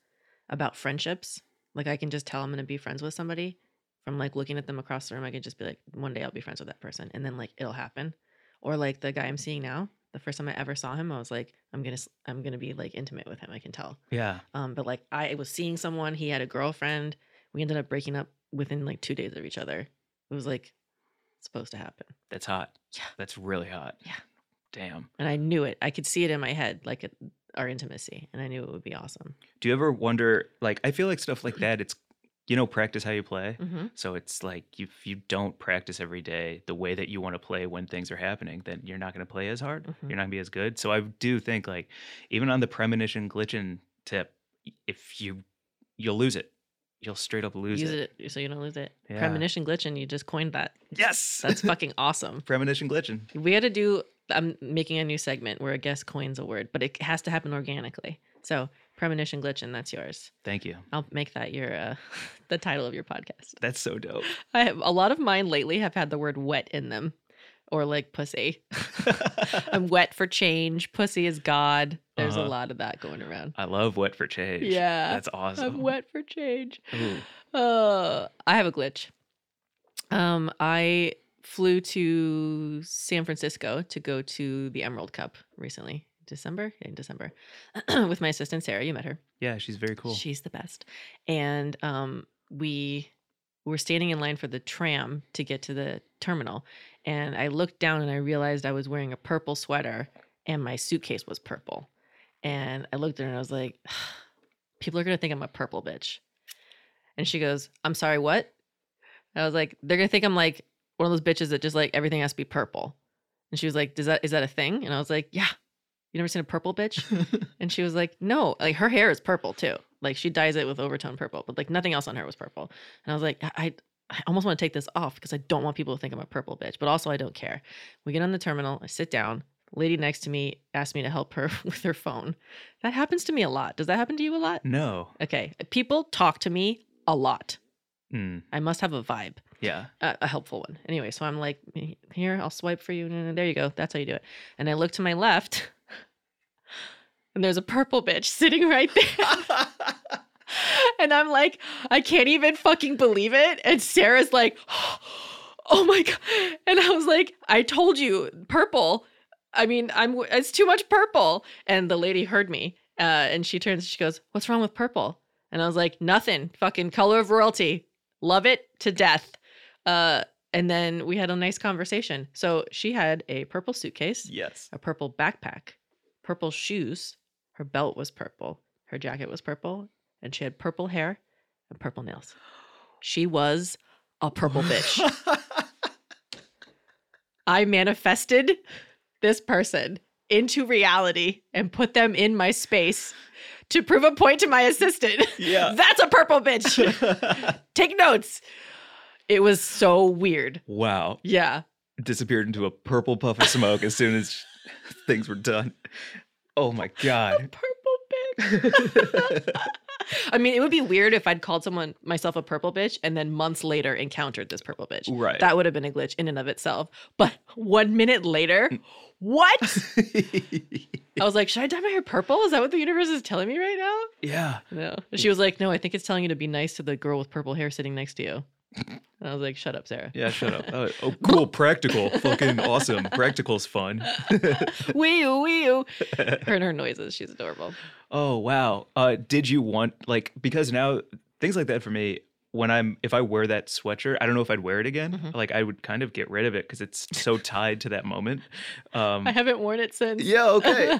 S1: about friendships. Like I can just tell I'm going to be friends with somebody from like looking at them across the room. I can just be like, one day I'll be friends with that person. And then like it'll happen. Or like the guy I'm seeing now, the first time I ever saw him, I was like, I'm going to, I'm going to be like intimate with him. I can tell.
S2: yeah.
S1: Um, but like I was seeing someone, he had a girlfriend. We ended up breaking up within like two days of each other. It was like supposed to happen.
S2: That's hot.
S1: Yeah.
S2: That's really hot.
S1: Yeah.
S2: Damn.
S1: And I knew it. I could see it in my head, like it, our intimacy. And I knew it would be awesome.
S2: Do you ever wonder like I feel like stuff like that it's you know practice how you play.
S1: hmm
S2: So it's like if you don't practice every day the way that you want to play when things are happening, then you're not going to play as hard.
S1: Mhm.
S2: You're not going to be as good. So I do think like even on the premonition glitching tip, y- if you you'll lose it. You'll straight up lose
S1: Use it. so you don't lose it.
S2: Yeah.
S1: Premonition glitching. You just coined that.
S2: Yes.
S1: That's fucking awesome.
S2: premonition glitching.
S1: We had to do. I'm making a new segment where a guest coins a word, but it has to happen organically. So premonition glitching. That's yours.
S2: Thank you.
S1: I'll make that your uh, the title of your podcast.
S2: That's so dope.
S1: I have a lot of mine lately have had the word wet in them, or like pussy. I'm wet for change. Pussy is God. There's a
S2: Uh-huh.
S1: lot of that going around.
S2: I love wet for change.
S1: Yeah,
S2: That's awesome.
S1: I'm wet for change.
S2: Ooh.
S1: Uh, I have a glitch. Um, I flew to San Francisco to go to the Emerald Cup recently, December in December, with my assistant Sarah. You met her.
S2: Yeah, she's very cool.
S1: She's the best. And um, we were standing in line for the tram to get to the terminal, and I looked down and I realized I was wearing a purple sweater, and my suitcase was purple. And I looked at her and I was like, "People are gonna think I'm a purple bitch." And she goes, "I'm sorry, what?" And I was like, "They're gonna think I'm like one of those bitches that just like everything has to be purple. And she was like, "Does that is that a thing?" And I was like, "Yeah." You never seen a purple bitch? And she was like, no, like her hair is purple too. Like she dyes it with overtone purple, but like nothing else on her was purple. And I was like, I, I I almost want to take this off because I don't want people to think I'm a purple bitch, but also I don't care. We get on the terminal, I sit down. Lady next to me asked me to help her with her phone. That happens to me a lot. Does that happen to you a lot?
S2: no.
S1: Okay. People talk to me a lot.
S2: Mm,
S1: I must have a vibe
S2: yeah.
S1: a, a helpful one. Anyway, so I'm like, here, I'll swipe for you. And there you go. That's how you do it. And I look to my left, and there's a purple bitch sitting right there. and I'm like, I can't even fucking believe it. And Sarah's like, oh my God. And I was like, I told you, purple. I mean, I'm it's too much purple. And the lady heard me. Uh, and she turns, she goes, What's wrong with purple? And I was like, Nothing. Fucking color of royalty. Love it to death. Uh, and then we had a nice conversation. So she had a purple suitcase,
S2: Yes.
S1: a purple backpack, purple shoes. Her belt was purple. Her jacket was purple. And she had purple hair and purple nails. She was a purple bitch. I manifested this person into reality and put them in my space to prove a point to my assistant.
S2: Yeah.
S1: That's a purple bitch. Take notes. It was so weird.
S2: wow.
S1: Yeah.
S2: Disappeared into a purple puff of smoke as soon as things were done. Oh my God.
S1: purple bitch. I mean, it would be weird if I'd called someone myself a purple bitch and then months later encountered this purple bitch.
S2: right.
S1: That would have been a glitch in and of itself. But one minute later,
S2: Mm.
S1: what? I was like, should I dye my hair purple? Is that what the universe is telling me right now?
S2: yeah.
S1: No. And She was like, no, I think it's telling you to be nice to the girl with purple hair sitting next to you. And I was like, shut up, Sarah.
S2: Yeah, shut up. Oh, oh, cool. Practical. Fucking awesome. Practical's fun.
S1: wee oo, wee oo. Her and her noises. She's adorable.
S2: Oh wow. Uh did you want like because now things like that for me when I'm if I wear that sweatshirt, I don't know if I'd wear it again.
S1: Mhm.
S2: Like I would kind of get rid of it cuz it's so tied to that moment. Um
S1: I haven't worn it since.
S2: Yeah, okay.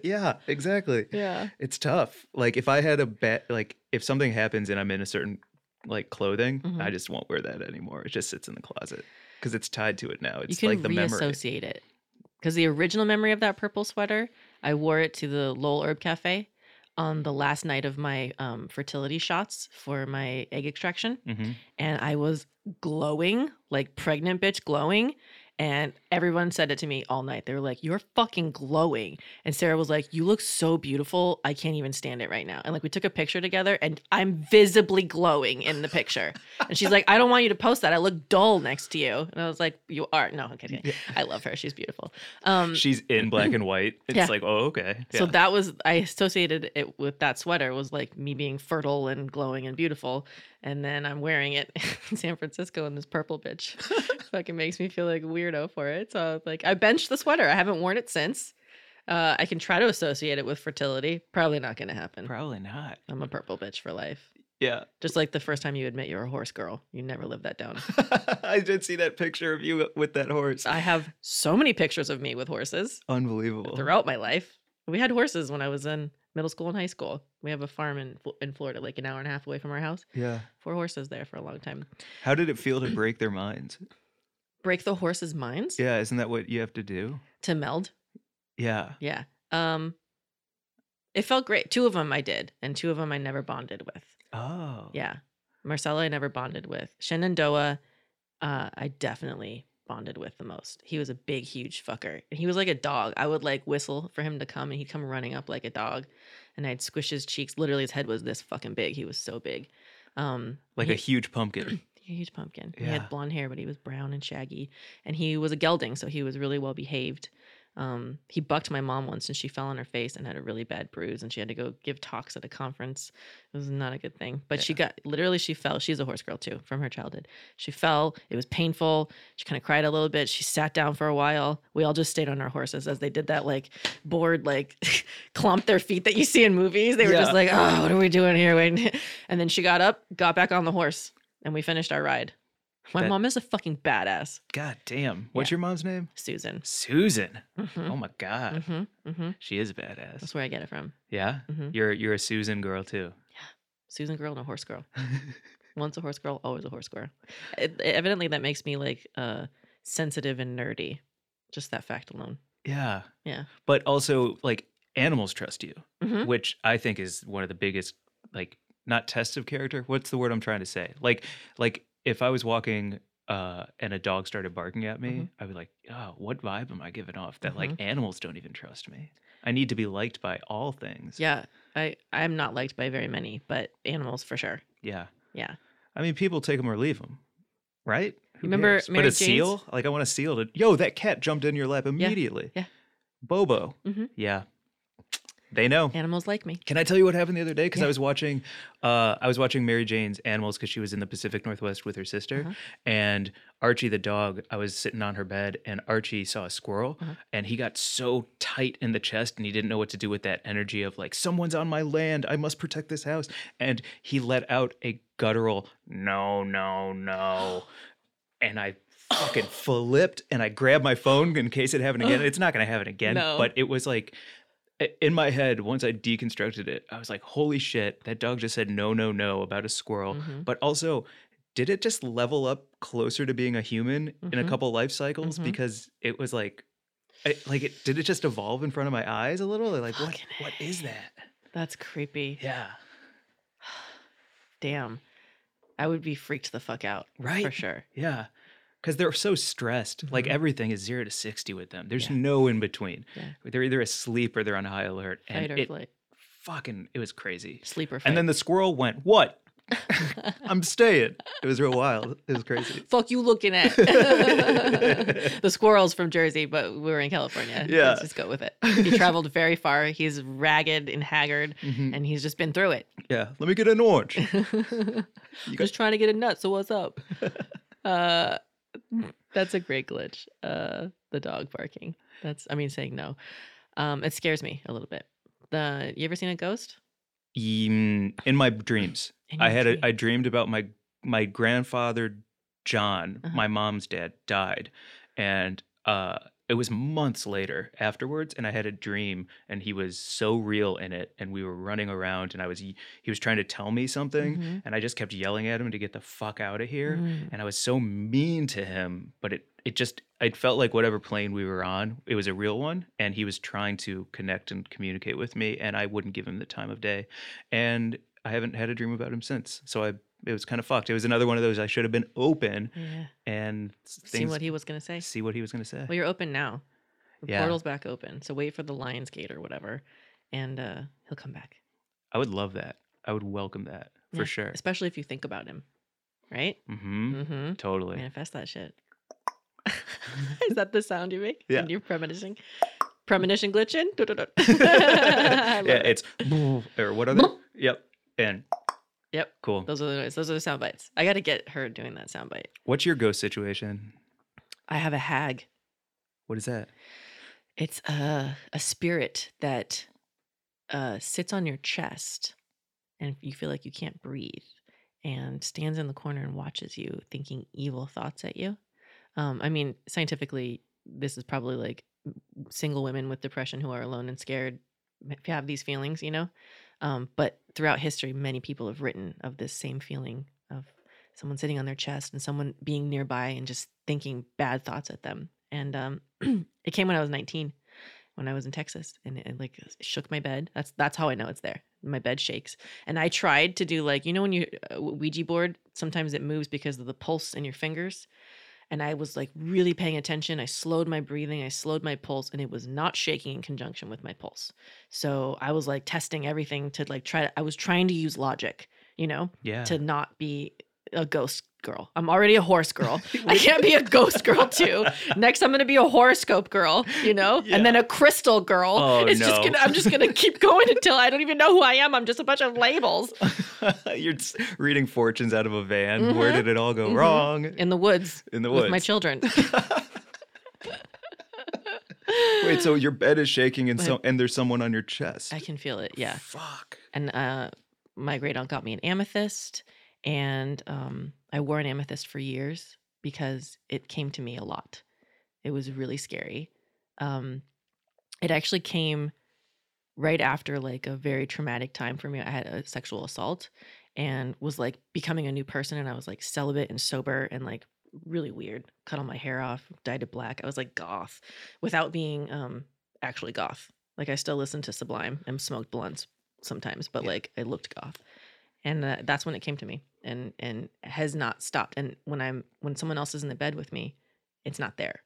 S2: yeah, exactly.
S1: Yeah.
S2: It's tough. Like if I had a bet like if something happens and I'm in a certain like clothing,
S1: Mhm.
S2: I just won't wear that anymore. It just sits in the closet cuz it's tied to it now.
S1: you
S2: It's
S1: can
S2: like the memory.
S1: reassociate it because the original memory of that purple sweater i wore it to the lowell herb cafe on the last night of my um, fertility shots for my egg extraction
S2: Mhm.
S1: and i was glowing like pregnant bitch glowing and everyone said it to me all night they were like you're fucking glowing and sarah was like you look so beautiful i can't even stand it right now and like we took a picture together and i'm visibly glowing in the picture and she's like, I don't want you to post that. I look dull next to you. And I was like, You are. No, okay. okay.
S2: Yeah.
S1: I love her. She's beautiful. Um,
S2: She's in black and white. It's
S1: Yeah.
S2: like, oh, okay.
S1: So
S2: Yeah.
S1: that was, I associated it with that sweater was like me being fertile and glowing and beautiful. And then I'm wearing it in San Francisco and this purple bitch fucking makes me feel like a weirdo for it. So I was like, I benched the sweater. I haven't worn it since. Uh, I can try to associate it with fertility. Probably not going to happen.
S2: Probably not.
S1: I'm a purple bitch for life.
S2: Yeah.
S1: Just like the first time you admit you're a horse girl, you never live that down.
S2: I did see that picture of you with that horse.
S1: I have so many pictures of me with horses
S2: Unbelievable.
S1: throughout my life. We had horses when I was in middle school and high school. We have a farm in Fl- in Florida, like an hour and a half away from our house.
S2: Yeah.
S1: Four horses there for a long time.
S2: How did it feel to break their minds?
S1: Break the horses' minds
S2: Yeah, isn't that what you have to do?
S1: to meld.
S2: Yeah.
S1: Yeah. Um, it felt great. Two of them I did, and two of them I never bonded with.
S2: Oh.
S1: Yeah. Marcella, I never bonded with. Shenandoah, uh, I definitely bonded with the most. He was a big, huge fucker. And he was like a dog. I would like whistle for him to come and he'd come running up like a dog. And I'd squish his cheeks. Literally, his head was this fucking big. He was so big. Um,
S2: Like
S1: he,
S2: a huge pumpkin.
S1: huge pumpkin. He
S2: Yeah.
S1: had blonde hair, but he was brown and shaggy. And he was a gelding, so he was really well behaved. Um, he bucked my mom once and she fell on her face and had a really bad bruise and she had to go give talks at a conference. It was not a good thing. But she got literally she fell. She's a horse girl too from her childhood. She fell. It was painful. She kind of cried a little bit. She sat down for a while. We all just stayed on our horses as they did that like bored like clump their feet that you see in movies. They were
S2: Yeah.
S1: just like, "Oh, what are we doing here?" Waiting. And then she got up, got back on the horse, and we finished our ride. My
S2: That-
S1: mom is a fucking badass,
S2: God damn. What's your mom's name?
S1: Susan.
S2: Susan.
S1: Mm-hmm.
S2: Oh my god.
S1: Mm-hmm. hmm
S2: She is badass.
S1: That's where I get it from.
S2: Yeah?
S1: Mhm.
S2: You're you're a Susan girl too.
S1: Susan girl and a horse girl. Once a horse girl, always a horse girl. It- evidently, that makes me like uh sensitive and nerdy. Just that fact alone.
S2: Yeah.
S1: Yeah.
S2: But also like animals trust you,
S1: Mhm.
S2: which I think is one of the biggest like not test of character. What's the word I'm trying to say? Like like if I was walking uh and a dog started barking at me,
S1: Mhm.
S2: I'd be like, "Oh, what vibe am I giving off that like
S1: Mhm.
S2: animals don't even trust me? I need to be liked by all things."
S1: Yeah, I I'm not liked by very many, but animals for sure.
S2: Yeah.
S1: Yeah.
S2: I mean, people take them or leave them, right? Who
S1: Remember
S2: cares?
S1: Mary
S2: but a
S1: Jane's?
S2: seal? Like I want a seal to. Yo, that cat jumped in your lap immediately.
S1: yeah.
S2: Bobo.
S1: Mhm.
S2: Yeah. They know.
S1: Animals like me.
S2: Can I tell you what happened the other day? Because
S1: Yeah.
S2: I was watching, uh, I was watching Mary Jane's Animals because she was in the Pacific Northwest with her sister,
S1: Uh-huh.
S2: and Archie the dog. I was sitting on her bed, and Archie saw a squirrel,
S1: Uh-huh.
S2: and he got so tight in the chest, and he didn't know what to do with that energy of like, someone's on my land, I must protect this house, and he let out a guttural, no, no, no, and I. Fucking flipped, and I grabbed my phone in case it happened again. It's not gonna happen again,
S1: No.
S2: but it was like I- in my head, once I deconstructed it, I was like, holy shit, that dog just said no, no, no about a squirrel.
S1: Mhm.
S2: But also, did it just level up closer to being a human in a
S1: Mhm.
S2: couple life cycles?
S1: Mhm.
S2: Because it was like, I, like it did it just evolve in front of my eyes a little? Like what
S1: Fucking
S2: what is that?
S1: That's creepy.
S2: Yeah.
S1: Damn, I would be freaked the fuck out
S2: Right.
S1: for sure.
S2: Yeah. Because they're so stressed. Like
S1: Mhm.
S2: everything is zero to sixty with them. There's
S1: Yeah.
S2: no in between.
S1: Yeah.
S2: They're either asleep or they're on high alert. And
S1: Fight or
S2: it
S1: flight,
S2: fucking it was crazy.
S1: sleep or fight.
S2: And then the squirrel went, What? I'm staying. It was real wild. It was crazy.
S1: fuck you looking at the squirrels from Jersey, but we were in California.
S2: Yeah.
S1: Let's just go with it. He traveled very far. He's ragged and haggard,
S2: Mhm.
S1: and he's just been through it.
S2: Yeah. Let me get an orange. got-
S1: just trying to get a nut. So what's up? uh, that's a great glitch. Uh, the dog barking. That's I mean saying no. Um, it scares me a little bit. The you ever seen a ghost?
S2: Mm, In my dreams,
S1: In
S2: I
S1: your
S2: had
S1: dream?
S2: a, I dreamed about my my grandfather John,
S1: Uh-huh.
S2: my mom's dad, died, and uh, it was months later afterwards, and I had a dream, and he was so real in it, and we were running around, and I was he was trying to tell me something,
S1: Mhm.
S2: and I just kept yelling at him to get the fuck out of here,
S1: Mm.
S2: and I was so mean to him, but it it just it felt like whatever plane we were on, it was a real one, and he was trying to connect and communicate with me, and I wouldn't give him the time of day, and I haven't had a dream about him since. So I it was kind of fucked. It was another one of those I should have been open
S1: Yeah.
S2: and s-
S1: See
S2: things
S1: what he was gonna say.
S2: see what he was gonna say.
S1: Well, you're open now. The
S2: Yeah.
S1: portal's back open. So wait for the Lions Gate or whatever, and uh, he'll come back.
S2: I would love that. I would welcome that
S1: Yeah.
S2: for sure.
S1: Especially if you think about him, right?
S2: Mm-hmm.
S1: Mm-hmm.
S2: Totally.
S1: Manifest that shit. Is that the sound you make?
S2: Yeah.
S1: When you're premonition, premonition glitching. I
S2: yeah,
S1: love it.
S2: it's or what are they? yep. And
S1: Yep.
S2: Cool.
S1: Those are the noise. Those are the sound bites. I got to get her doing that sound bite.
S2: What's your ghost situation?
S1: I have a hag.
S2: What is that?
S1: It's a a spirit that uh, sits on your chest, and you feel like you can't breathe, and stands in the corner and watches you, thinking evil thoughts at you. Um, I mean, scientifically, this is probably like single women with depression who are alone and scared m- have these feelings, you know. Um, but throughout history, many people have written of this same feeling of someone sitting on their chest and someone being nearby and just thinking bad thoughts at them. And um, it came when I was 19, when I was in Texas, and it, it, like shook my bed. That's that's how I know it's there. My bed shakes, and I tried to do like you know when you uh, Ouija board sometimes it moves because of the pulse in your fingers. And I was like really paying attention. I slowed my breathing, I slowed my pulse, and it was not shaking in conjunction with my pulse. So I was like testing everything to like try. I was trying to use logic, you know,
S2: Yeah.
S1: to not be a ghost girl. I'm already a horse girl. I can't be a ghost girl too. Next, I'm gonna be a horoscope girl, you know, and then a crystal girl.
S2: Oh,
S1: it's just
S2: no.
S1: gonna, I'm just gonna keep going until I don't even know who I am. I'm just a bunch of labels
S2: You're s- reading fortunes out of a van. Where
S1: Mhm.
S2: did it all go
S1: Mhm.
S2: wrong?
S1: in the woods
S2: In the
S1: with
S2: woods.
S1: my children.
S2: Wait, so your bed is shaking and
S1: My-
S2: so and there's someone on your chest.
S1: I can feel it. Yeah.
S2: Fuck.
S1: and uh, my great aunt got me an amethyst, and um, I wore an amethyst for years because it came to me a lot. It was really scary. Um, it actually came right after like a very traumatic time for me. I had a sexual assault, and was like becoming a new person. And I was like celibate and sober and like really weird. Cut all my hair off, dyed it black. I was like goth without being um actually goth. Like I still listen to Sublime and smoked blunts sometimes, but
S2: Yeah.
S1: like I looked goth. And uh, that's when it came to me and and has not stopped. And when I'm when someone else is in the bed with me, it's not there.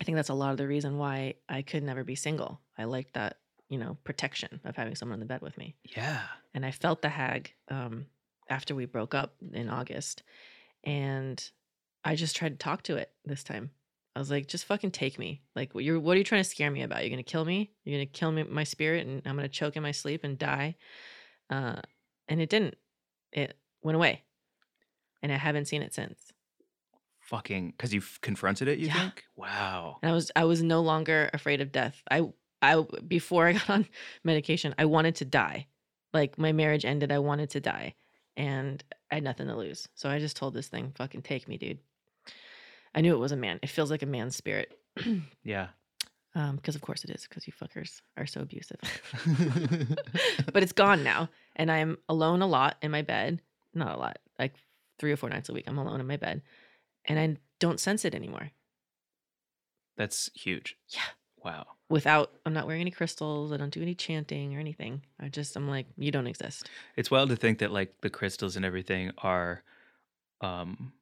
S1: I think that's a lot of the reason why I could never be single. I liked that, you know, protection of having someone in the bed with me
S2: Yeah.
S1: and I felt the hag um, after we broke up in August. And I just tried to talk to it this time. I was like, just fucking take me. Like, what, you're, what are you trying to scare me about? You're going to kill me? You're going to kill me, my spirit, and I'm going to choke in my sleep and die. Uh, and it didn't. It went away. And I haven't seen it since.
S2: Fucking, because you have confronted it, you
S1: Yeah.
S2: think? Wow.
S1: And I was I was no longer afraid of death. I I before I got on medication, I wanted to die. Like my marriage ended, I wanted to die and I had nothing to lose. So I just told this thing, fucking take me, dude. I knew it was a man. It feels like a man's spirit.
S2: Yeah.
S1: Um, because of course it is, because you fuckers are so abusive. but it's gone now. And I'm alone a lot in my bed. Not a lot, like three or four nights a week. I'm alone in my bed. And I don't sense it anymore.
S2: That's huge.
S1: Yeah.
S2: Wow.
S1: without I'm not wearing any crystals, I don't do any chanting or anything. I just I'm like, you don't exist.
S2: It's wild to think that like the crystals and everything are um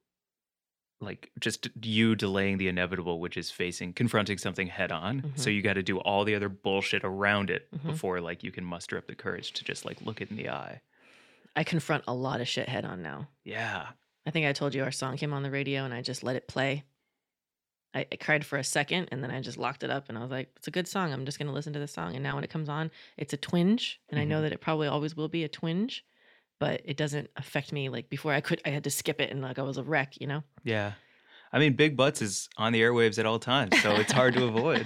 S2: like just you delaying the inevitable, which is facing confronting something head on.
S1: Mm-hmm.
S2: So you got to do all the other bullshit around it
S1: Mhm.
S2: before like you can muster up the courage to just like look it in the eye.
S1: I confront a lot of shit head on now.
S2: Yeah.
S1: I think I told you our song came on the radio and I just let it play. I, I cried for a second and then I just locked it up and I was like, it's a good song. I'm just gonna listen to this song. And now when it comes on, it's a twinge. And I know
S2: Mhm.
S1: that it probably always will be a twinge, but it doesn't affect me like before I could I had to skip it and like I was a wreck, you know?
S2: Yeah. I mean, Big Butts is on the airwaves at all times, so it's hard to avoid.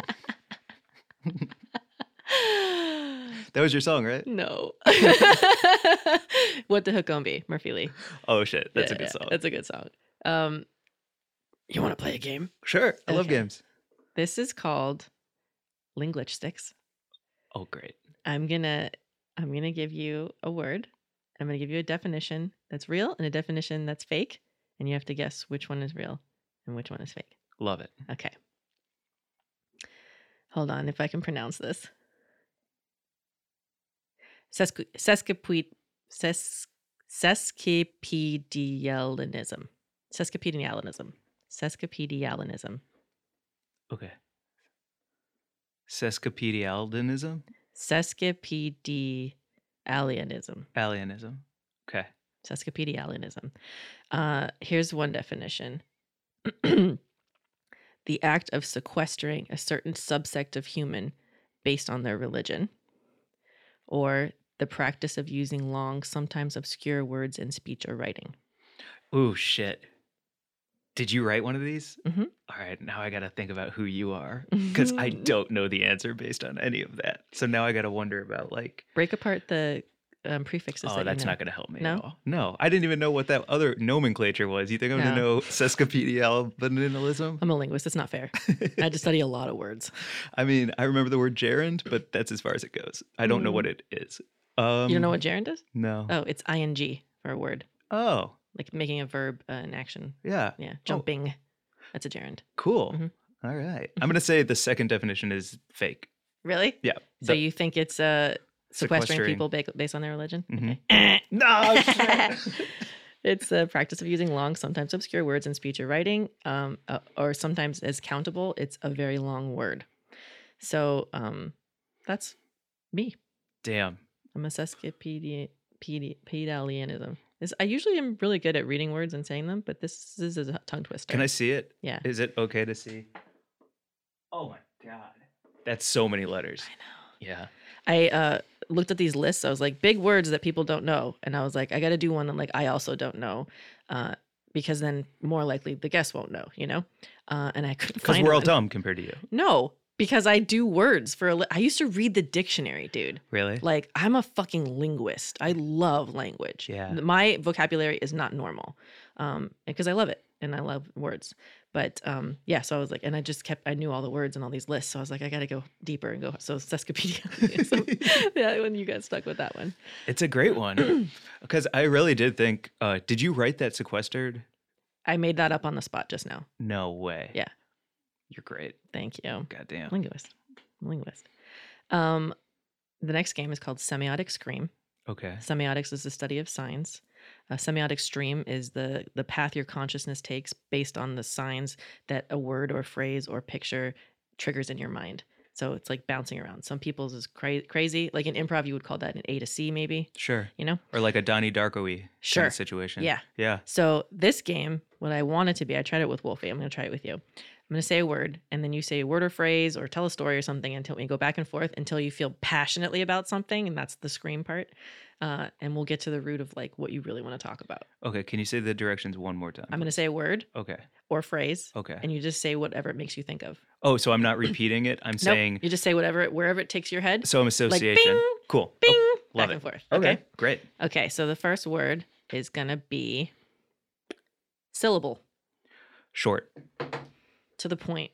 S2: That was your song, right?
S1: no. what the hook on be, Murphy Lee.
S2: Oh shit, that's
S1: Yeah,
S2: a good
S1: yeah,
S2: song.
S1: That's a good song. Um, you want to play a game?
S2: Sure, I love
S1: Okay.
S2: games.
S1: This is called Linglitch Sticks.
S2: Oh great.
S1: I'm gonna I'm gonna give you a word. I'm gonna give you a definition that's real and a definition that's fake, and you have to guess which one is real and which one is fake.
S2: Love it.
S1: Okay. Hold on, if I can pronounce this. Sesqu- sesquipe- ses- Sesquipedialism. Sesquipedialism. Sesquipedialism.
S2: Okay. Sesquipedalianism?
S1: Sesquipedialism.
S2: Alienism. Okay.
S1: Sesquipedialism. Uh, here's one definition the act of sequestering a certain subsect of human based on their religion, or the practice of using long, sometimes obscure words in speech or writing.
S2: Ooh, shit. Did you write one of these?
S1: Mhm.
S2: All right, now I got to think about who you are because I don't know the answer based on any of that. So now I got to wonder about like,
S1: Break apart the um, prefixes.
S2: oh, that's not going to help me
S1: No?
S2: at all. No, I didn't even know what that other nomenclature was. You think I'm going to
S1: No. Um,
S2: know sesquipedalianism?
S1: I'm a linguist. It's not fair. I had to study a lot of words.
S2: I mean, I remember the word gerund, but that's as far as it goes. I don't know what it is. Um,
S1: Mm-hmm. you don't know what gerund is?
S2: No.
S1: Oh, it's ing for a word,
S2: oh,
S1: like making a verb uh, an action.
S2: yeah.
S1: Yeah, jumping. That's a gerund.
S2: Cool.
S1: Mhm.
S2: All right. I'm going to say the second definition is fake.
S1: Really?
S2: Yeah.
S1: So
S2: the-
S1: you think it's uh, sequestering,
S2: Sequestering. Oh,
S1: people ba- based on their religion?
S2: Mhm.
S1: Okay.
S2: no, shit.
S1: it's the practice of using long, sometimes obscure words in speech or writing, um, uh, or sometimes as countable. It's a very long word. So um, that's me.
S2: Damn.
S1: I'm a sesquipedalianism. This, I usually am really good at reading words and saying them, but this is a tongue twister.
S2: Can I see it?
S1: Yeah.
S2: Is it okay to see? Oh my god. That's so many letters.
S1: I know.
S2: Yeah.
S1: I uh, looked at these lists. I was like, big words that people don't know, and I was like, I got to do one that like I also don't know, uh, because then more likely the guest won't know, you know. Uh, and I couldn't
S2: Because
S1: find
S2: we're all
S1: one.
S2: dumb compared to you.
S1: No, because I do words for a li- I used to read the dictionary, dude.
S2: Really?
S1: Like I'm a fucking linguist. I love language.
S2: Yeah.
S1: My vocabulary is not normal. Um because I love it and I love words. But um yeah, so I was like and I just kept I knew all the words and all these lists. So I was like I got to go deeper and go so sesquipedia. so, yeah, when you got stuck with that one.
S2: It's a great one because I really did think. Uh, did you write that sequestered?
S1: I made that up on the spot just now.
S2: No way.
S1: Yeah.
S2: You're great.
S1: Thank you.
S2: Goddamn.
S1: Linguist. Linguist. Um the next game is called Semiotic Scream.
S2: Okay.
S1: Semiotics is the study of signs. A semiotic stream is the the path your consciousness takes based on the signs that a word or phrase or picture triggers in your mind. So it's like bouncing around. Some people's is cra- crazy. Like in improv, you would call that an A to C, maybe.
S2: Sure.
S1: You know.
S2: Or like a Donnie Darko-y kind
S1: Sure.
S2: of situation.
S1: Yeah.
S2: Yeah.
S1: So this game, what I want it to be, I tried it with Wolfie. I'm going to try it with you. I'm going to say a word, and then you say a word or phrase or tell a story or something until we go back and forth until you feel passionately about something, and that's the scream part. Uh, and we'll get to the root of like what you really want to talk about.
S2: Okay. Can you say the directions one more time?
S1: I'm going to say a word
S2: Okay.
S1: or phrase,
S2: Okay.
S1: and you just say whatever it makes you think of.
S2: Oh, so I'm not repeating it. I'm
S1: nope.
S2: saying
S1: you just say whatever it, wherever it takes your head.
S2: so. I'm association.
S1: bing,
S2: cool.
S1: Bing,
S2: Oh,
S1: back
S2: love
S1: and
S2: it.
S1: forth.
S2: okay.
S1: okay.
S2: Great.
S1: Okay. So the first word is gonna be syllable
S2: Short.
S1: to the point.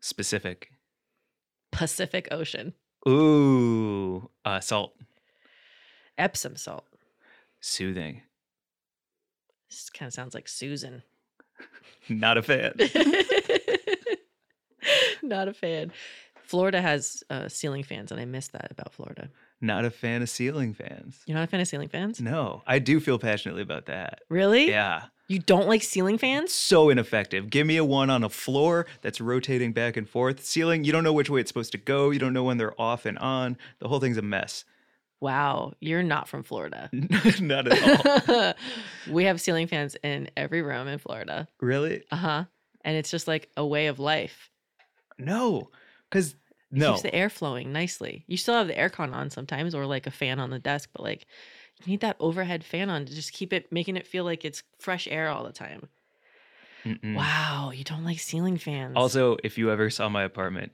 S2: Specific.
S1: Pacific Ocean,
S2: Ooh. Uh, salt.
S1: Epsom salt.
S2: Soothing.
S1: This kind of sounds like Susan.
S2: Not a fan.
S1: Not a fan. Florida has uh, ceiling fans, and I miss that about Florida.
S2: Not a fan of ceiling fans.
S1: You're not a fan of ceiling fans?
S2: No, I do feel passionately about that.
S1: Really?
S2: Yeah.
S1: You don't like ceiling fans?
S2: So ineffective. Give me a one on a floor that's rotating back and forth. Ceiling, you don't know which way it's supposed to go. You don't know when they're off and on. The whole thing's a mess.
S1: Wow, you're not from Florida.
S2: Not at all.
S1: we have ceiling fans in every room in Florida.
S2: really?
S1: Uh huh. And it's just like a way of life.
S2: No. Because,
S1: It
S2: no.
S1: Keeps the air flowing nicely. You still have the aircon on sometimes or like a fan on the desk, but like you need that overhead fan on to just keep it making it feel like it's fresh air all the time.
S2: Mm-mm.
S1: Wow, you don't like ceiling fans.
S2: Hmm. Also, if you ever saw my apartment,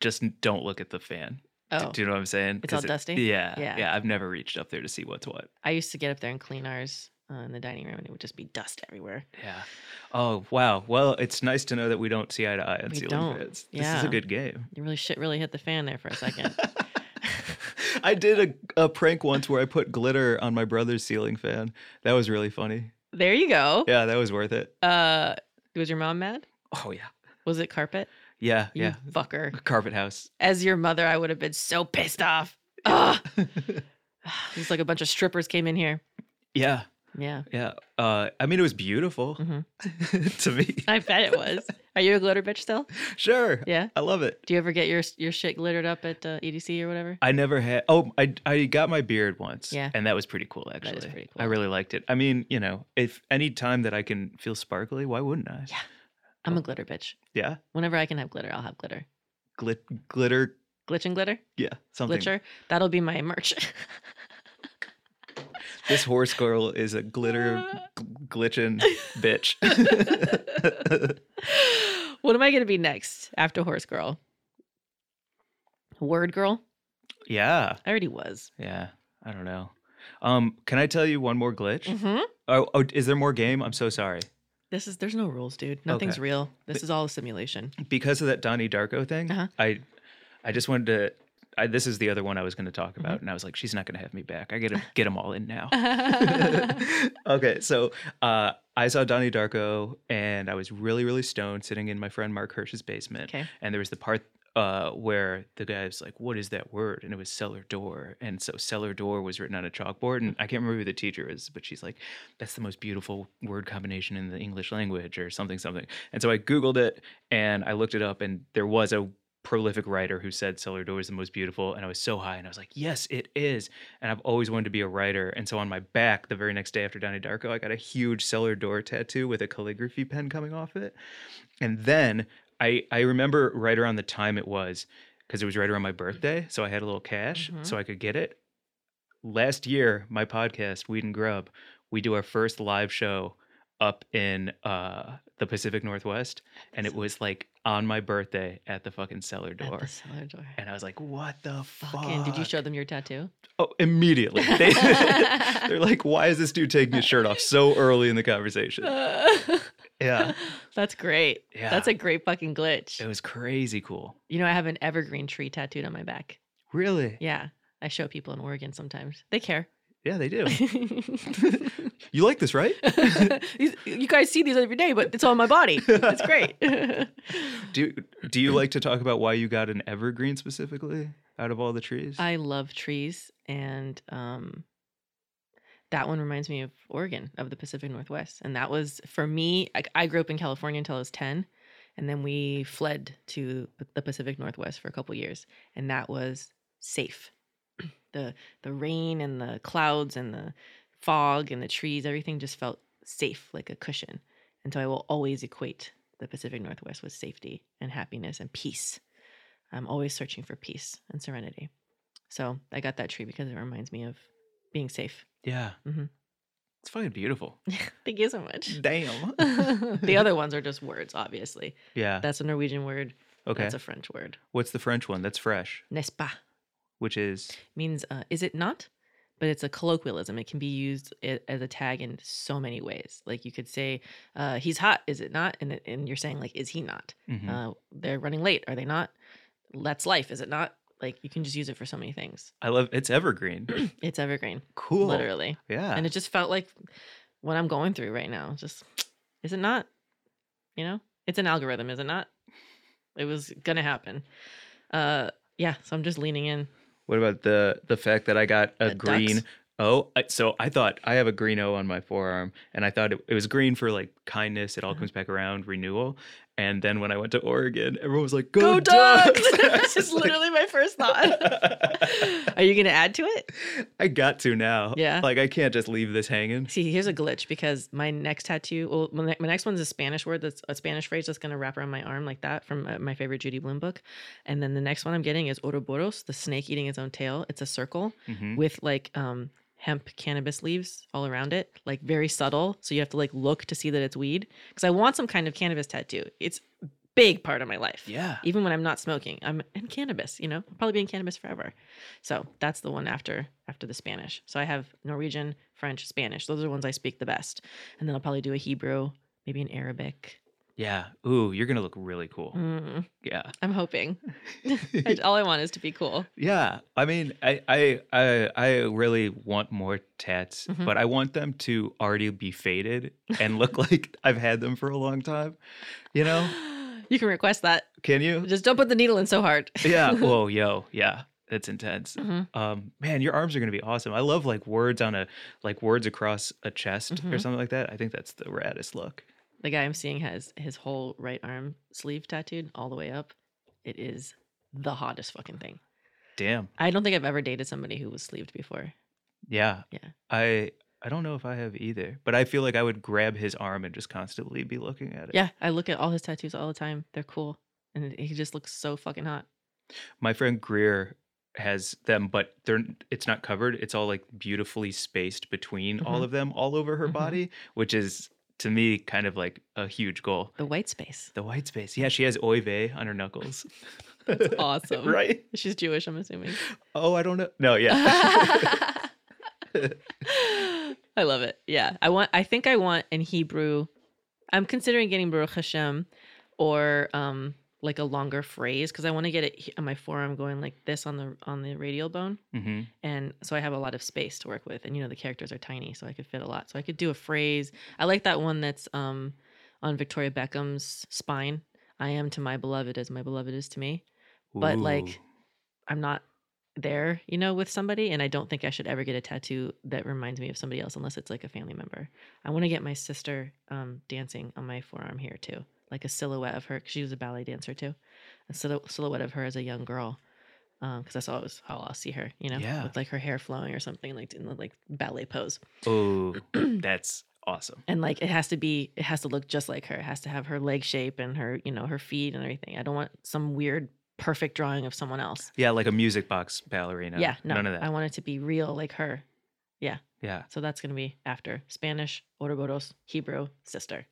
S2: just n- don't look at the fan. D-
S1: oh,
S2: Do you know what I'm saying?
S1: It's all
S2: 'Cause it-
S1: dusty?
S2: yeah,
S1: Yeah.
S2: yeah. I've never reached up there to see what's what.
S1: I used to get up there and clean ours uh, in the dining room and it would just be dust everywhere.
S2: Yeah. Oh, wow. Well, it's nice to know that we don't see eye to eye on
S1: We
S2: ceiling
S1: don't.
S2: fans. This is
S1: Yeah.
S2: a good game.
S1: You really shit really hit the fan there for a second.
S2: I did a, a prank once where I put glitter on my brother's ceiling fan. That was really funny.
S1: there you go.
S2: Yeah, that was worth it.
S1: Uh, was your mom mad?
S2: Oh yeah,
S1: Was it carpet?
S2: yeah,
S1: You
S2: yeah.
S1: fucker.
S2: Carpet house.
S1: As your mother, I would have been so pissed off. Ugh. it's like a bunch of strippers came in here.
S2: Yeah,
S1: Yeah.
S2: yeah. Uh, I mean, it was beautiful
S1: Mhm.
S2: to me.
S1: I bet it was. Are you a glitter bitch still?
S2: Sure,
S1: Yeah.
S2: I love it.
S1: Do you ever get your your shit glittered up at uh, EDC or whatever?
S2: I never had. Oh, I I got my beard once.
S1: Yeah.
S2: and that was pretty cool.
S1: is
S2: Actually,
S1: pretty
S2: I
S1: cool.
S2: really liked it. I mean, you know, if any time that I can feel sparkly, why wouldn't I?
S1: Yeah. I'm a glitter bitch.
S2: Yeah,
S1: Whenever I can have glitter, I'll have glitter.
S2: Glit- glitter.
S1: Glitch and glitter,
S2: Yeah, something.
S1: glitcher. That'll be my merch.
S2: This horse girl is a glitter gl- glitching bitch.
S1: what am I gonna be next after horse girl? Word girl.
S2: yeah,
S1: I already was.
S2: yeah. I don't know. Um, can I tell you one more glitch?
S1: Mm-hmm.
S2: Oh, oh, is there more game? I'm so sorry.
S1: This is there's no rules, dude. Nothing's
S2: Okay.
S1: real. This is all a simulation.
S2: Because of that Donnie Darko thing,
S1: Uh-huh.
S2: I, I just wanted to. I, this is the other one I was going to talk
S1: Mm-hmm.
S2: about, and I was like, she's not going to have me back. I gotta get them all in now. okay, so uh, I saw Donnie Darko, and I was really, really stoned, sitting in my friend Mark Hirsch's basement.
S1: okay.
S2: and there was the part uh, where the guy was like, "What is that word?" And it was cellar door, and so cellar door was written on a chalkboard, and I can't remember who the teacher is, but she's like, "That's the most beautiful word combination in the English language," or something, something. And so I googled it, and I looked it up, and there was a prolific writer who said cellar door is the most beautiful, and I was so high, and I was like, "Yes, it is." And I've always wanted to be a writer, and so on my back, the very next day after Donnie Darko, I got a huge cellar door tattoo with a calligraphy pen coming off it, and then I I remember right around the time it was because it was right around my birthday, so I had a little cash
S1: Mhm.
S2: so I could get it. Last year, my podcast Weed and Grub, we do our first live show up in uh the Pacific Northwest, and it was like on my birthday at the fucking cellar
S1: At
S2: door.
S1: the cellar door.
S2: And I was like, "What the fuck?"
S1: Fucking, did you show them your tattoo?
S2: Oh, immediately. They, are like, "Why is this dude taking his shirt off so early in the conversation?" Yeah,
S1: That's great.
S2: yeah.
S1: That's a great fucking glitch.
S2: It was crazy cool.
S1: You know, I have an evergreen tree tattooed on my back.
S2: Really? Yeah,
S1: Yeah. I show people in Oregon sometimes. They care.
S2: they do. you like this, right?
S1: you you guys see these every day, but it's on my body. It's great.
S2: Do Do you like to talk about why you got an evergreen specifically out of all the trees?
S1: I love trees, and um, that one reminds me of Oregon, of the Pacific Northwest. And that was for me. I, I grew up in California until I was ten, and then we fled to p- the Pacific Northwest for a couple years, and that was safe. the The rain and the clouds and the fog and the trees, everything just felt safe, like a cushion. And so I will always equate the Pacific Northwest with safety and happiness and peace. I'm always searching for peace and serenity. So I got that tree because it reminds me of being safe.
S2: yeah.
S1: Mhm.
S2: It's fucking beautiful.
S1: Thank you so much.
S2: Damn.
S1: Mm. the other ones are just words, obviously.
S2: yeah.
S1: That's a Norwegian word.
S2: okay.
S1: That's a French word.
S2: What's the French one? That's fresh,
S1: N'est-ce pas?
S2: which is
S1: Means, uh, is it not? But it's a colloquialism. It can be used a- as a tag in so many ways. Like you could say, uh, he's hot, is it not? And, it- and you're saying, like, is he not?
S2: mhm.
S1: Uh, they're running late, are they not? That's life, is it not? Like you can just use it for so many things.
S2: I love it's evergreen.
S1: It's evergreen,
S2: cool.
S1: literally.
S2: Yeah.
S1: and it just felt like what I'm going through right now. Just is it not? You know, it's an algorithm, is it not? It was gonna happen. Uh, yeah. So I'm just leaning in.
S2: what about the the fact that I got a
S1: The ducks?
S2: green O? I- So I thought I have a green O on my forearm, and I thought it, it was green for like kindness. It all
S1: Uh-huh.
S2: comes back around, renewal. And then when I went to Oregon, everyone was like,
S1: Go,
S2: "Go,
S1: ducks!
S2: Ducks!" I was
S1: That's
S2: just
S1: just
S2: like-
S1: literally my first thought. Are you gonna add to it?
S2: I got to now.
S1: Yeah.
S2: Like I can't just leave this hanging.
S1: See, here's a glitch because my next tattoo, well, my, ne- my next one's a Spanish word that's a Spanish phrase that's going to wrap around my arm like that from uh, my favorite Judy Blume book. And then the next one I'm getting is Ouroboros, the snake eating its own tail. It's a circle.
S2: Mhm.
S1: with like um hemp cannabis leaves all around it like very subtle so you have to like look to see that it's weed because i want some kind of cannabis tattoo it's a big part of my life
S2: Yeah.
S1: even when i'm not smoking i'm in cannabis you know I'll probably be in cannabis forever so that's the one after after the spanish so i have norwegian french spanish those are the ones i speak the best and then i'll probably do a hebrew maybe an arabic
S2: Yeah. Ooh, you're gonna look really cool.
S1: Mm,
S2: Yeah.
S1: i'm hoping I- all i want is to be cool
S2: Yeah, I mean, I I I, I really want more tats,
S1: Mhm.
S2: but I want them to already be faded and look like I've had them for a long time. You know?
S1: you can request that
S2: Can you?
S1: just don't put the needle in so hard
S2: Yeah. Whoa, yo, yeah, that's intense.
S1: Mhm.
S2: Um, man, your arms are gonna be awesome. I love like words on a like words across a chest or
S1: Mhm.
S2: something like that. I think that's the raddest look.
S1: The guy I'm seeing has his whole right arm sleeve tattooed all the way up. It is the hottest fucking thing.
S2: Damn.
S1: I don't think I've ever dated somebody who was sleeved before.
S2: Yeah.
S1: Yeah.
S2: I I don't know if I have either, but I feel like I would grab his arm and just constantly be looking at it.
S1: Yeah, I look at all his tattoos all the time. They're cool. And he just looks so fucking hot.
S2: My friend Greer has them, but they're it's not covered. It's all like beautifully spaced between all
S1: Mhm.
S2: of them, all over her
S1: Mhm.
S2: body, which is to me kind of like a huge goal.
S1: The white space.
S2: The white space. Yeah, she has oive on her knuckles. That's
S1: awesome.
S2: right?
S1: She's Jewish, I'm assuming.
S2: Oh, I don't know. No, yeah.
S1: I love it. Yeah. I want I think I want in Hebrew I'm considering getting Baruch Hashem or um like a longer phrase because I want to get it he- on my forearm going like this on the on the radial bone.
S2: hmm
S1: And so I have a lot of space to work with. And you know the characters are tiny, so I could fit a lot. So I could do a phrase. I like that one that's um on Victoria Beckham's spine. I am to my beloved as my beloved is to me. But, like, I'm not there, you know, with somebody, and I don't think I should ever get a tattoo that reminds me of somebody else unless it's like a family member. I want to get my sister um, dancing on my forearm here too, like a silhouette of her. 'cause she was a ballet dancer too, a silhou- silhouette of her as a young girl, because that's always how I'll see her, you know,
S2: Yeah.
S1: with like her hair flowing or something, like in the like ballet pose.
S2: oh, that's awesome.
S1: And like it has to be, it has to look just like her. It has to have her leg shape and her, you know, her feet and everything. I don't want some weird perfect drawing of someone else.
S2: Yeah, like a music box ballerina.
S1: yeah, no,
S2: none of that.
S1: I want it to be real, like her.
S2: yeah,
S1: So that's gonna be after Spanish, Ouroboros, Hebrew, sister.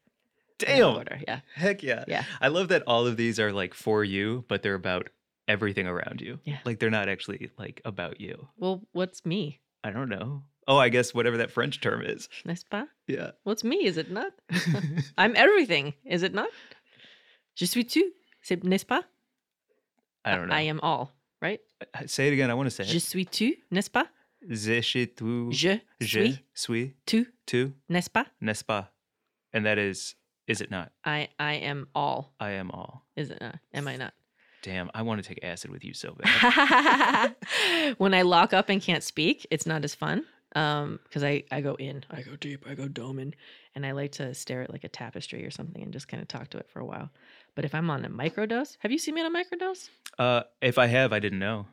S1: in that
S2: Damn.
S1: order. Yeah.
S2: Heck yeah.
S1: Yeah.
S2: I love that all of these are like for you, but they're about everything around you.
S1: Yeah.
S2: Like they're not actually like about you.
S1: Well, what's me?
S2: I don't know. Oh, I guess whatever that French term is.
S1: N'est-ce pas?
S2: Yeah.
S1: What's me? Is it not? I'm everything. Is it not? Je suis tu. C'est n'est-ce pas?
S2: I don't know. Uh,
S1: I am all. Right?
S2: Say it again. I want to say
S1: Je
S2: it.
S1: suis tu, n'est-ce pas?
S2: Je suis tout.
S1: Je, suis
S2: suis
S1: tu,
S2: tout,
S1: n'est-ce pas?
S2: n'est-ce pas? And that is, is it not?
S1: I I am all.
S2: I am all.
S1: Is it not? Am I not?
S2: Damn, I want to take acid with you so bad.
S1: when I lock up and can't speak, it's not as fun. Um, because I, I go in, I go deep, I go dome in, and I like to stare at like a tapestry or something and just kind of talk to it for a while. But if I'm on a microdose, have you seen me on a microdose?
S2: uh, if I have, I didn't know.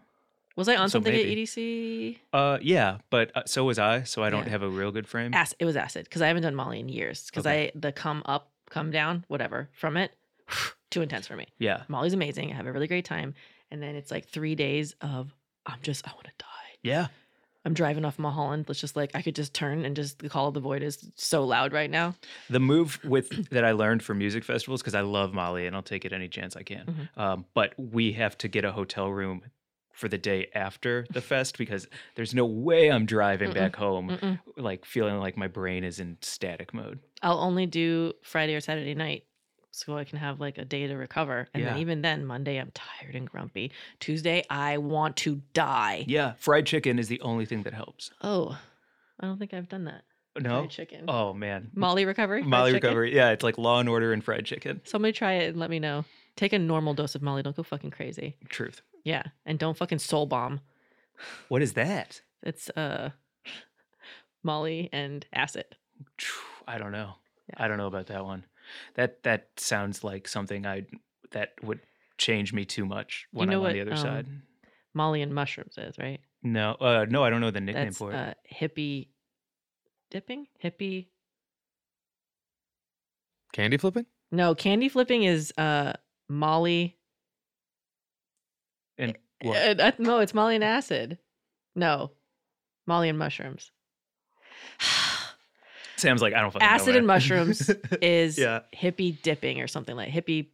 S1: Was I on
S2: So
S1: something
S2: maybe.
S1: at EDC?
S2: Uh, yeah, but uh, so was I. So I don't
S1: Yeah.
S2: have a real good frame.
S1: Acid. It was acid because I haven't done Molly in years because
S2: Mm. Okay.
S1: I the come up, come down, whatever from it, too intense for me.
S2: Yeah,
S1: Molly's amazing. I have a really great time, and then it's like three days of I'm just I want to die.
S2: yeah.
S1: I'm driving off Mulholland. Let's just like I could just turn and just the call of the void is so loud right now.
S2: The move with that I learned from music festivals because I love Molly and I'll take it any chance I can.
S1: Mhm.
S2: Um, but we have to get a hotel room for the day after the fest because there's no way I'm driving
S1: Mm-mm.
S2: back home
S1: Mm-mm.
S2: like feeling like my brain is in static mode.
S1: I'll only do Friday or Saturday night so I can have like a day to recover. And then
S2: Yeah.
S1: even then, Monday I'm tired and grumpy. Tuesday I want to die.
S2: Yeah, fried chicken is the only thing that helps.
S1: Oh, I don't think I've done that.
S2: No.
S1: Fried chicken.
S2: Oh man.
S1: Molly recovery. fried
S2: Molly
S1: chicken?
S2: recovery. Yeah, it's like Law and Order and fried chicken.
S1: Somebody try it and let me know. Take a normal dose of Molly. Don't go fucking crazy.
S2: Truth.
S1: Yeah, and don't fucking soul bomb.
S2: What is that?
S1: It's uh, Molly and acid.
S2: Phew, I don't know.
S1: Yeah.
S2: I don't know about that one. That that sounds like something I that would change me too much when
S1: know
S2: I'm
S1: what,
S2: on the other
S1: um,
S2: side.
S1: Molly and mushrooms is right.
S2: No, uh, no, I don't know the nickname
S1: That's
S2: for it.
S1: uh, hippie dipping. Hippie.
S3: Candy flipping?
S1: No, candy flipping is uh, Molly.
S2: and what?
S1: Uh, uh, no, it's Molly and acid. No, Molly and mushrooms.
S2: Sam's like I don't fucking know
S1: acid
S2: what
S1: and
S2: I-
S1: mushrooms is
S2: Yeah.
S1: hippie dipping or something like hippie,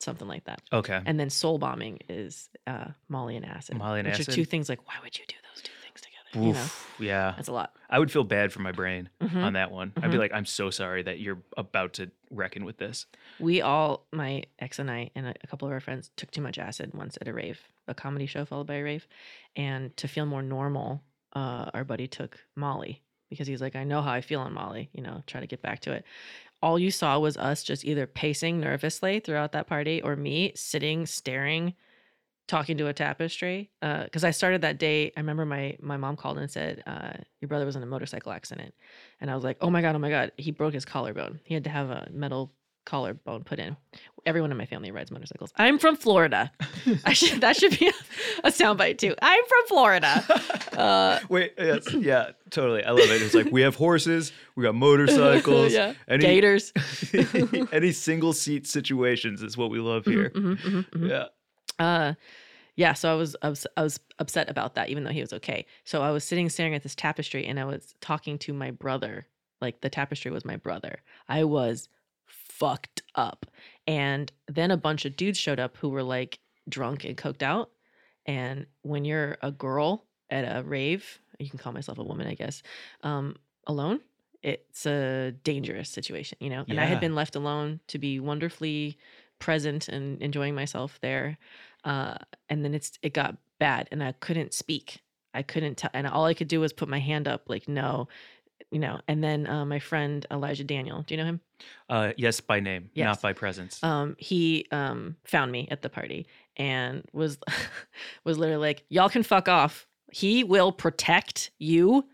S1: something like that.
S2: okay.
S1: And then soul bombing is uh, Molly and acid.
S2: Molly and
S1: which
S2: acid?
S1: are two things like why would you do those two things together? You know,
S2: Oof, yeah,
S1: that's a lot.
S2: I would feel bad for my brain
S1: Mhm.
S2: on that one. I'd be
S1: Mhm.
S2: like, I'm so sorry that you're about to reckon with this.
S1: We all, my ex and I, and a a couple of our friends, took too much acid once at a rave, a comedy show followed by a rave. And to feel more normal, uh, our buddy took Molly because he's like, I know how I feel on Molly, you know, try to get back to it. All you saw was us just either pacing nervously throughout that party or me sitting, staring, talking to a tapestry. Because I started that day, I remember my, my mom called and said, uh, Your brother was in a motorcycle accident. And I was like, Oh my God, oh my God. He broke his collarbone. He had to have a metal collarbone put in. Everyone in my family rides motorcycles. I'm from Florida. I should that should be a, a soundbite too. I'm from Florida. Uh,
S2: Wait, yes, yeah, totally. I love it. It's like we have horses, we got motorcycles,
S1: Yeah.
S2: any
S1: Gators.
S2: any single seat situations is what we love here.
S1: Mhm, mhm, mhm.
S2: Yeah.
S1: Uh, yeah. So I was ups- I was upset about that, even though he was okay. So I was sitting staring at this tapestry, and I was talking to my brother. Like the tapestry was my brother. I was fucked up, and then a bunch of dudes showed up who were like drunk and coked out. And when you're a girl at a rave, you can call myself a woman, I guess. Um, alone, it's a dangerous situation, you know. And I
S2: Yeah.
S1: had been left alone to be wonderfully present and enjoying myself there. Uh, and then it's it got bad, and I couldn't speak. I couldn't tell, and all I could do was put my hand up, like no, you know. And then uh, my friend Elijah Daniel, do you know him?
S2: Uh, yes, by name,
S1: Yes.
S2: not by presence.
S1: um, he um, found me at the party and was was literally like, "Y'all can fuck off. He will protect you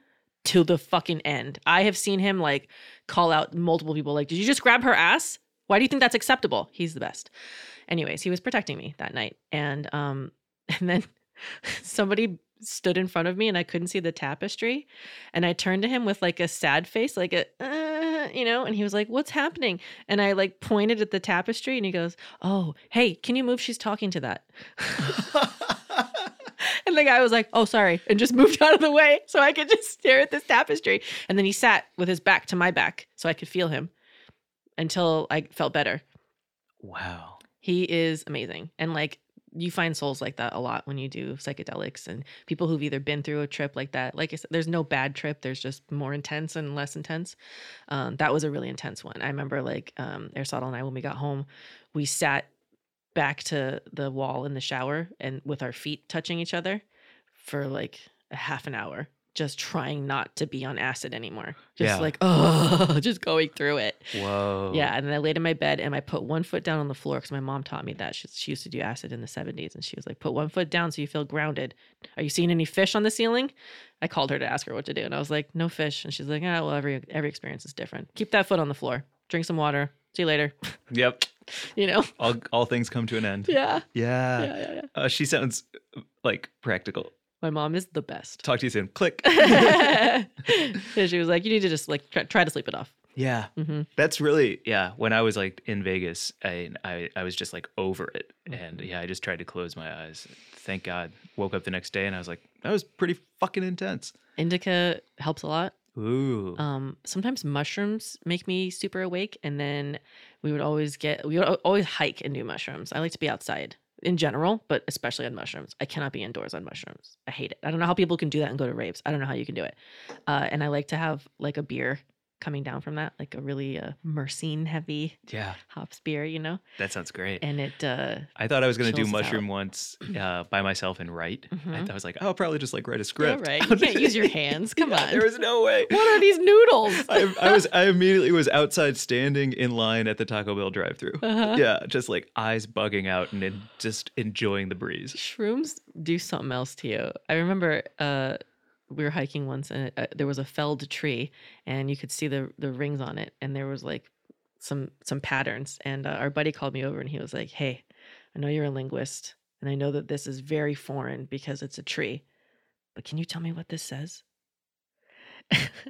S1: to the fucking end." I have seen him like call out multiple people, like, "Did you just grab her ass? Why do you think that's acceptable?" He's the best. Anyways, he was protecting me that night, and um, and then somebody stood in front of me and I couldn't see the tapestry, and I turned to him with like a sad face, like a. Uh, you know, and he was like, "What's happening?" and I like pointed at the tapestry and he goes, Oh, hey, can you move? She's talking to that. and the guy was like, Oh, sorry, and just moved out of the way so I could just stare at this tapestry. And then he sat with his back to my back so I could feel him. until I felt better.
S2: Wow.
S1: He is amazing. And like you find souls like that a lot when you do psychedelics and people who've either been through a trip like that. Like I said, there's no bad trip. There's just more intense and less intense. Um, that was a really intense one. I remember like um, Aristotle and I, when we got home, we sat back to the wall in the shower and with our feet touching each other for like a half an hour just trying not to be on acid anymore. Just
S2: Yeah.
S1: like, oh, just going through it.
S2: Whoa.
S1: Yeah. And then I laid in my bed and I put one foot down on the floor because my mom taught me that. She, she used to do acid in the 70s and she was like, put one foot down so you feel grounded. Are you seeing any fish on the ceiling? I called her to ask her what to do. And I was like, no fish. And she's like, ah, well, every, every experience is different. Keep that foot on the floor. Drink some water. See you later.
S2: Yep.
S1: you know?
S2: All all things come to an end.
S1: Yeah.
S2: Yeah.
S1: Yeah. Yeah. yeah.
S2: Uh, she sounds uh, like practical.
S1: My mom is the best.
S2: Talk to you soon. Click.
S1: and she was like, you need to just like try, try to sleep it off.
S2: yeah.
S1: hmm
S2: That's really yeah. When I was like in Vegas, I I, I was just like over it, and
S1: Mm-hmm.
S2: yeah, I just tried to close my eyes. Thank God, woke up the next day and I was like, that was pretty fucking intense.
S1: Indica helps a lot.
S2: Ooh,
S1: Um, sometimes mushrooms make me super awake, and then we would always get we would al- always hike and do mushrooms. I like to be outside in general, but especially on mushrooms. I cannot be indoors on mushrooms. I hate it. I don't know how people can do that and go to raves. I don't know how you can do it. Uh, and I like to have like a beer coming down from that, like a really uh, mercine heavy
S2: yeah,
S1: hops beer, you know.
S2: that sounds great.
S1: And it uh,
S2: I thought I was gonna do
S1: chills us out.
S2: mushroom once uh, by myself and write.
S1: Mhm.
S2: I, I was like, I'll probably just like write a
S1: yeah,
S2: script.
S1: right. You can't use your hands. Come
S2: Yeah,
S1: on.
S2: There was no way.
S1: what are these noodles?
S2: I, I was I immediately was outside standing in line at the Taco Bell drive-through.
S1: Uh-huh.
S2: Yeah, just like eyes bugging out and then just enjoying the breeze.
S1: Shrooms do something else to you. I remember uh, we were hiking once, and uh, there was a felled tree, and you could see the the rings on it, and there was like some some patterns. And uh, our buddy called me over, and he was like, "Hey, I know you're a linguist, and I know that this is very foreign because it's a tree, but can you tell me what this says?"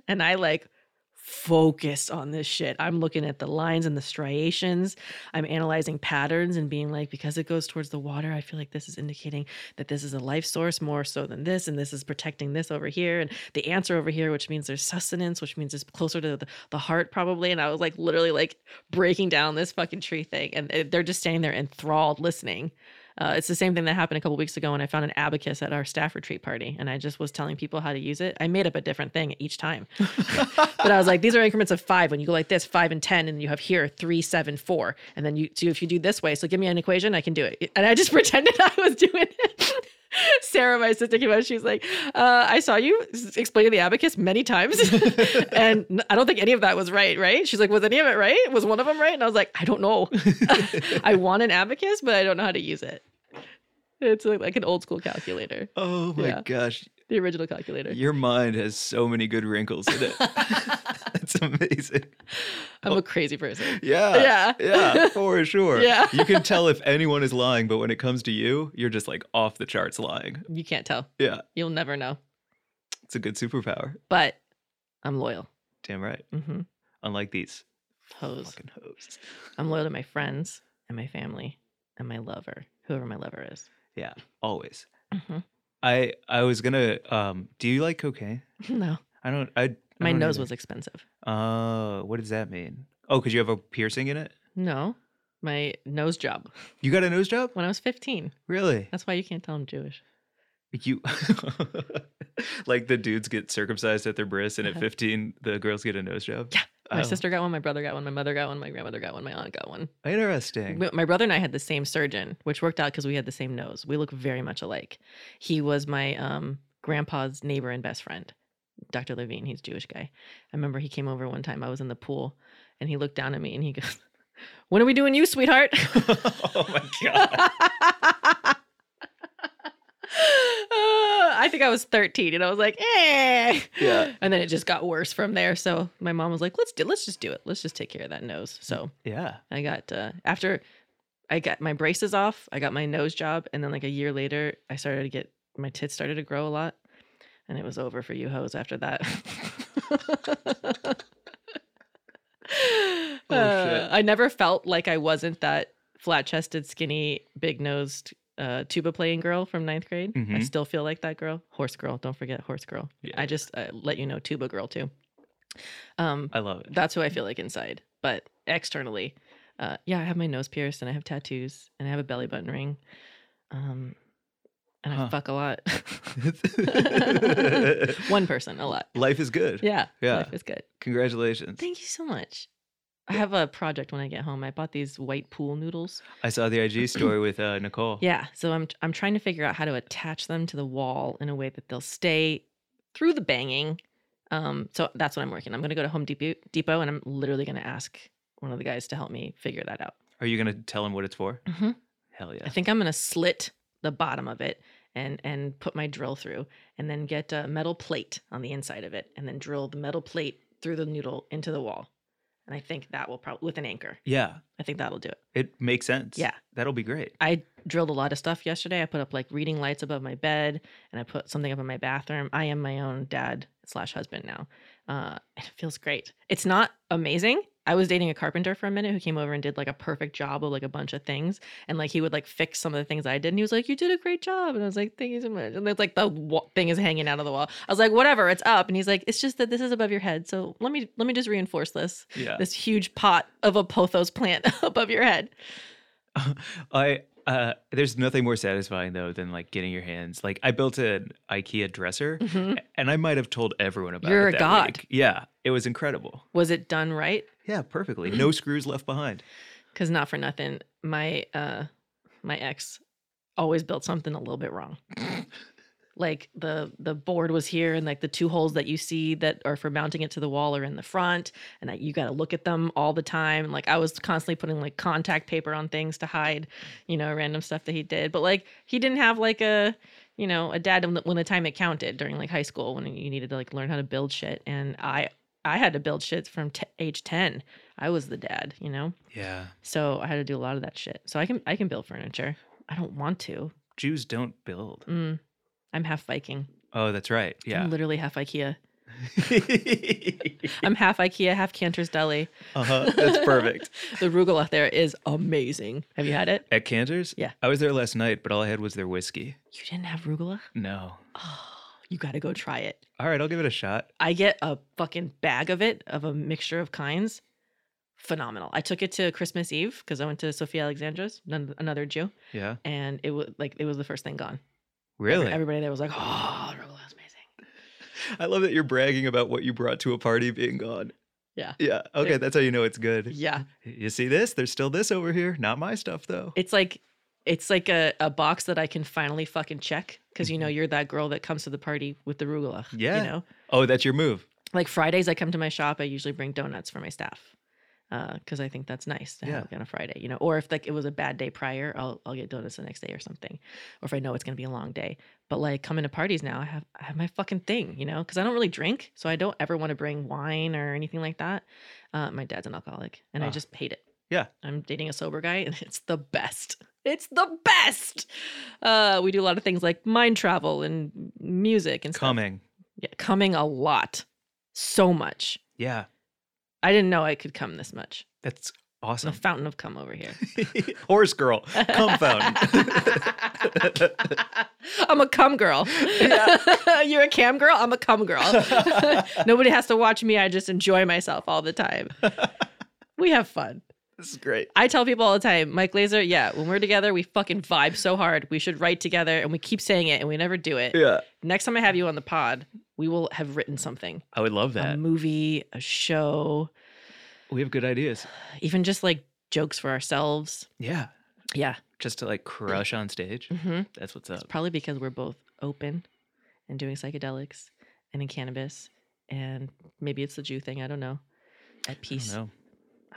S1: and I like focused on this shit. I'm looking at the lines and the striations. I'm analyzing patterns and being like, because it goes towards the water, I feel like this is indicating that this is a life source more so than this, and this is protecting this over here, and the answer over here, which means there's sustenance, which means it's closer to the, the heart probably. And I was like, literally like breaking down this fucking tree thing, and they- they're just standing there enthralled listening. Uh, it's the same thing that happened a couple weeks ago when I found an abacus at our staff retreat party, and I just was telling people how to use it. I made up a different thing each time, but I was like, these are increments of five. When you go like this, five and ten, and you have here three, seven, four, and then you do if you do this way. So give me an equation, I can do it. And I just pretended I was doing it. Sarah, my sister, came out. She's like, uh, I saw you s- explaining the abacus many times, and n- I don't think any of that was right. Right? She's like, was any of it right? Was one of them right? And I was like, I don't know. I want an abacus, but I don't know how to use it. It's like, like an old school calculator,
S2: Oh my
S1: Yeah.
S2: gosh.
S1: the original calculator.
S2: Your mind has so many good wrinkles in it. That's amazing.
S1: I'm a crazy person.
S2: Yeah.
S1: Yeah.
S2: Yeah, for sure.
S1: Yeah.
S2: You can tell if anyone is lying, but when it comes to you, you're just like off the charts lying.
S1: You can't tell.
S2: Yeah.
S1: You'll never know.
S2: It's a good superpower.
S1: But I'm loyal.
S2: Damn right.
S1: Mm-hmm.
S2: Unlike these
S1: Hose.
S2: fucking hosts.
S1: I'm loyal to my friends and my family and my lover, whoever my lover is.
S2: Yeah. Always.
S1: Mm-hmm.
S2: I I was gonna um do you like cocaine?
S1: No,
S2: I don't I, I
S1: my
S2: don't
S1: nose
S2: either.
S1: was expensive.
S2: Oh, what does that mean? Oh, because you have a piercing in it?
S1: No, my nose job
S2: You got a nose job?
S1: when I was 15.
S2: Really?
S1: That's why you can't tell I'm Jewish.
S2: You like the dudes get circumcised at their breasts, and at
S1: Uh-huh.
S2: 15, the girls get a nose job.
S1: Yeah, My
S2: Oh,
S1: sister got one, my brother got one, my mother got one, my grandmother got one, my aunt got one.
S2: Interesting.
S1: My- My brother and I had the same surgeon, which worked out because we had the same nose. We look very much alike. He was my um, grandpa's neighbor and best friend, Dr. Levine. He's a Jewish guy. I remember he came over one time. I was in the pool and he looked down at me and he goes, When are we doing you, sweetheart?
S2: oh my god.
S1: Uh, I think I was 13 and I was like, eh.
S2: Yeah.
S1: And then it just got worse from there. So my mom was like, let's do let's just do it. Let's just take care of that nose. So
S2: Yeah.
S1: I got uh, after I got my braces off, I got my nose job, and then like a year later, I started to get my tits started to grow a lot, and it was over for you hoes after that. Uh, I never felt like I wasn't that flat chested, skinny, big nosed uh, tuba playing girl from ninth grade. I
S2: Mhm.
S1: still feel like that girl. Horse girl. Don't forget horse girl.
S2: Yeah.
S1: I just uh, let you know tuba girl too. Um,
S2: I love it.
S1: that's who I feel like inside. but externally, uh, yeah, I have my nose pierced and I have tattoos and I have a belly button ring, um, and I
S2: Huh.
S1: fuck a lot. One person, a lot.
S2: Life is good.
S1: Yeah,
S2: Yeah.
S1: life is good.
S2: Congratulations.
S1: Thank you so much. I have a project when I get home. I bought these white pool noodles.
S2: I saw the IG story with uh, Nicole.
S1: Yeah, so I'm I'm trying to figure out how to attach them to the wall in a way that they'll stay through the banging. Um, so that's what I'm working. I'm gonna go to Home Depot, Depot, and I'm literally gonna ask one of the guys to help me figure that out.
S2: Are you gonna tell him what it's for?
S1: Mhm.
S2: Hell yeah.
S1: I think I'm gonna slit the bottom of it and and put my drill through, and then get a metal plate on the inside of it, and then drill the metal plate through the noodle into the wall. And I think that will probably with an anchor.
S2: yeah.
S1: I think that'll do it.
S2: It makes sense.
S1: Yeah.
S2: That'll be great.
S1: I drilled a lot of stuff yesterday. I put up like reading lights above my bed, and I put something up in my bathroom. I am my own dad slash husband now, uh, and it feels great. It's not amazing. I was dating a carpenter for a minute who came over and did like a perfect job of like a bunch of things, and like he would like fix some of the things I did, and he was like, "You did a great job," and I was like, "Thank you so much." And it's like the wa- thing is hanging out of the wall. I was like, "Whatever, it's up," and he's like, "It's just that this is above your head, so let me let me just reinforce this
S2: Yeah.
S1: this huge pot of a pothos plant above your head."
S2: I uh, there's nothing more satisfying though than like getting your hands. Like I built an IKEA dresser,
S1: Mhm.
S2: and I might have told everyone about
S1: You're
S2: it.
S1: a
S2: that
S1: god.
S2: week. Yeah, it was incredible. Mm-hmm.
S1: Was it done right?
S2: Yeah, perfectly. No screws left behind.
S1: because not for nothing my uh my ex always built something a little bit wrong like the the board was here and like the two holes that you see that are for mounting it to the wall are in the front and that you got to look at them all the time and like i was constantly putting like contact paper on things to hide you know random stuff that he did but like he didn't have like a you know a dad when the, when the time it counted during like high school when you needed to like learn how to build shit and i i had to build shit from t- age 10 i was the dad you know
S2: Yeah,
S1: so I had to do a lot of that shit. So I can I can build furniture. I don't want to.
S2: Jews don't build.
S1: Mm. I'm half Viking.
S2: Oh, that's right. Yeah.
S1: I'm literally half IKEA. I'm half IKEA, half Cantor's Deli.
S2: uh-huh. That's perfect.
S1: the rugula there is amazing. Have you had it?
S2: At Cantor's?
S1: Yeah.
S2: I was there last night, but all I had was their whiskey.
S1: You didn't have rugula?
S2: No.
S1: Oh, you got to go try it.
S2: All right, I'll give it a shot.
S1: I get a fucking bag of it of a mixture of kinds. Phenomenal. I took it to Christmas Eve because I went to Sophia Alexandra's, none- another Jew,
S2: Yeah.
S1: and it was like it was the first thing gone.
S2: Really?
S1: Everybody there was like, "Oh, rugula is amazing."
S2: I love that you're bragging about what you brought to a party being gone.
S1: Yeah.
S2: Yeah. Okay, that's how you know it's good.
S1: Yeah.
S2: You see this? There's still this over here. Not my stuff though.
S1: it's like it's like a, a box that I can finally fucking check because you know you're that girl that comes to the party with the rugula.
S2: Yeah.
S1: You know,
S2: Oh, that's your move.
S1: like Fridays I come to my shop. I usually bring donuts for my staff because I think that's nice to have
S2: Yeah.
S1: on a Friday. You know, or if like it was a bad day prior, I'll I'll get donuts the next day or something. Or if I know it's gonna be a long day. But like coming to parties now, I have I have my fucking thing. You know, because I don't really drink, so I don't ever want to bring wine or anything like that. Uh, my dad's an alcoholic, and I
S2: Ah.
S1: just hate it.
S2: Yeah.
S1: I'm dating a sober guy, and it's the best. It's the best. Uh, we do a lot of things like mind travel and music and stuff.
S2: Coming.
S1: Yeah, coming a lot, so much.
S2: Yeah.
S1: I didn't know I could come this much.
S2: That's
S1: The
S2: awesome.
S1: fountain of come over here.
S2: Horse girl. Come fountain.
S1: I'm a cum girl. You're a cam girl. I'm a cum girl. Nobody has to watch me. I just enjoy myself all the time. We have fun.
S2: this is great.
S1: I tell people all the time, Mike Laser, yeah, when we're together, we fucking vibe so hard. We should write together and we keep saying it and we never do it.
S2: Yeah.
S1: Next time I have you on the pod, we will have written something
S2: I would love
S1: a
S2: that.
S1: movie, a show,
S2: Um, we have good ideas.
S1: even just like jokes for ourselves.
S2: Yeah.
S1: Yeah.
S2: Just to like crush on stage.
S1: hmm
S2: That's what's up.
S1: Probably because we're both open and doing psychedelics and in cannabis. And maybe it's the Jew thing. I don't know. At
S2: I don't
S1: peace.
S2: know.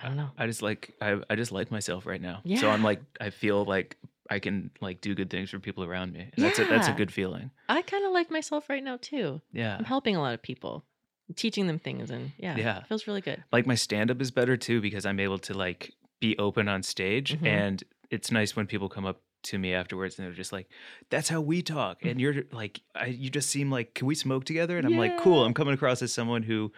S1: I don't know.
S2: I just like I, I just like myself right now. So I'm
S1: Yeah.
S2: like I feel like I can like do good things for people around me. And that's a, that's a
S1: Yeah.
S2: good feeling.
S1: I kind of like myself right now too.
S2: Yeah.
S1: I'm helping a lot of people, teaching them things. And yeah,
S2: Yeah.
S1: it feels really good.
S2: Like my stand up is better too because I'm able to like be open on stage
S1: Mhm.
S2: and it's nice when people come up to me afterwards and they're just like that's how we talk
S1: Mm.
S2: and you're like I, you just seem like can we smoke together and i'm like cool
S1: Yeah.
S2: i'm coming across as someone who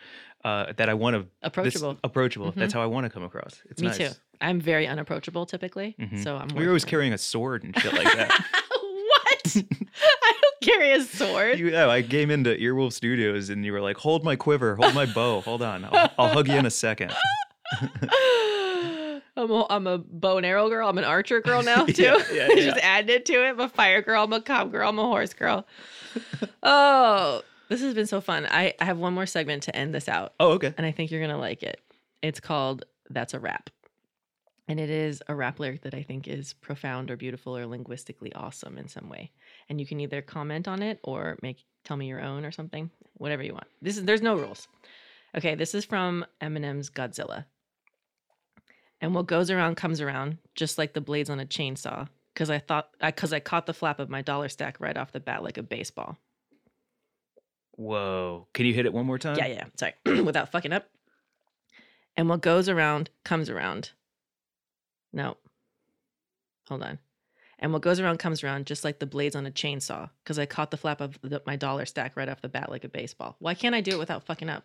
S2: uh that i want to
S1: Approachable. Mm-hmm.
S2: approachable that's how i want to come across it's
S1: Me
S2: nice.
S1: too. I'm very unapproachable typically.
S2: Mhm.
S1: So I'm
S2: we were always
S1: working
S2: carrying a sword and shit
S1: on-
S2: like that
S1: what? I don't carry a sword.
S2: You, yeah, I came into Earwolf Studios and you were like, "Hold my quiver, hold my bow, hold on, I'll, I'll hug you in a second.
S1: I'm a, I'm a bow and arrow girl. I'm an archer girl now too.
S2: Yeah, yeah, yeah.
S1: Just added it to it. I'm a fire girl. I'm a cop girl. I'm a horse girl. oh, this has been so fun. I, I have one more segment to end this out,
S2: Oh, okay.
S1: and I think you're gonna like it. It's called "That's a Rap," and it is a rap lyric that I think is profound or beautiful or linguistically awesome in some way. And you can either comment on it or make tell me your own or something, whatever you want. This is there's no rules. Okay, this is from Eminem's Godzilla. And what goes around comes around, just like the blades on a chainsaw. Cause I thought, I, cause I caught the flap of my dollar stack right off the bat like a baseball.
S2: Whoa. Can you hit it one more time?
S1: yeah, yeah. Sorry, without fucking up. And what goes around comes around. No. Hold on. And what goes around comes around, just like the blades on a chainsaw. Cause I caught the flap of the, my dollar stack right off the bat like a baseball. Why can't I do it without fucking up?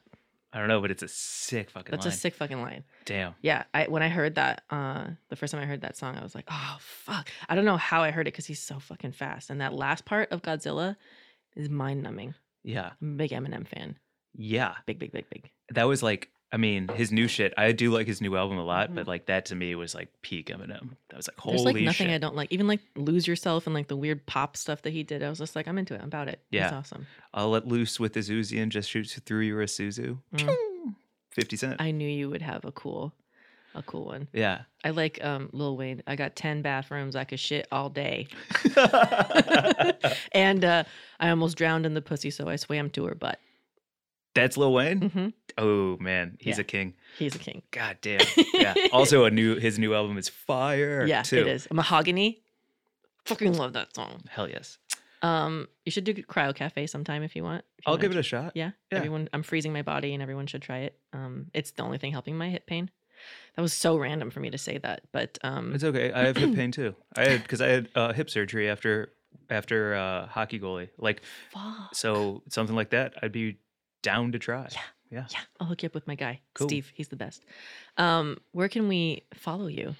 S2: I don't know, but it's a sick fucking
S1: That's
S2: line.
S1: a sick fucking line.
S2: Damn.
S1: yeah i when i heard that uh the first time i heard that song i was like oh fuck i don't know how i heard it because he's so fucking fast and that last part of godzilla is mind numbing
S2: Yeah.
S1: i'm a big eminem fan
S2: Yeah.
S1: big big big big
S2: That was like, I mean, his new shit. I do like his new album a lot,
S1: Mhm.
S2: but like that to me was like peak Eminem. I was like, holy
S1: there's like nothing i
S2: shit.
S1: don't like even like lose yourself and like the weird pop stuff that he did i was just like i'm into it i'm about it it's
S2: Yeah.
S1: awesome
S2: I'll let loose with his Uzi and just shoot through your Isuzu.
S1: Mm.
S2: 50 Cent.
S1: i knew you would have a cool a cool one
S2: yeah.
S1: i like um lil wayne i got 10 bathrooms i could shit all day and uh i almost drowned in the pussy so i swam to her butt
S2: That's Lil Wayne?
S1: hmm
S2: Oh, man. He's
S1: Yeah.
S2: a king.
S1: he's a king
S2: God damn. Yeah. also, a new his new album is fire.
S1: Yeah,
S2: too.
S1: it is. Mahogany. Fucking love that song.
S2: Hell yes.
S1: Um, you should do Cryo Cafe sometime if you want. if you
S2: I'll
S1: wanna
S2: give it
S1: tr-
S2: a shot.
S1: Yeah,
S2: yeah.
S1: Everyone, I'm freezing my body, and everyone should try it. Um, it's the only thing helping my hip pain. That was so random for me to say that, but um,
S2: It's okay. I have hip pain too. I had because I had uh, hip surgery after after uh, hockey goalie. Like
S1: fuck.
S2: so, something like that. I'd be down to try.
S1: Yeah, I'll hook you up with my guy,
S2: Cool.
S1: Steve. He's the best. Um, where can we follow you?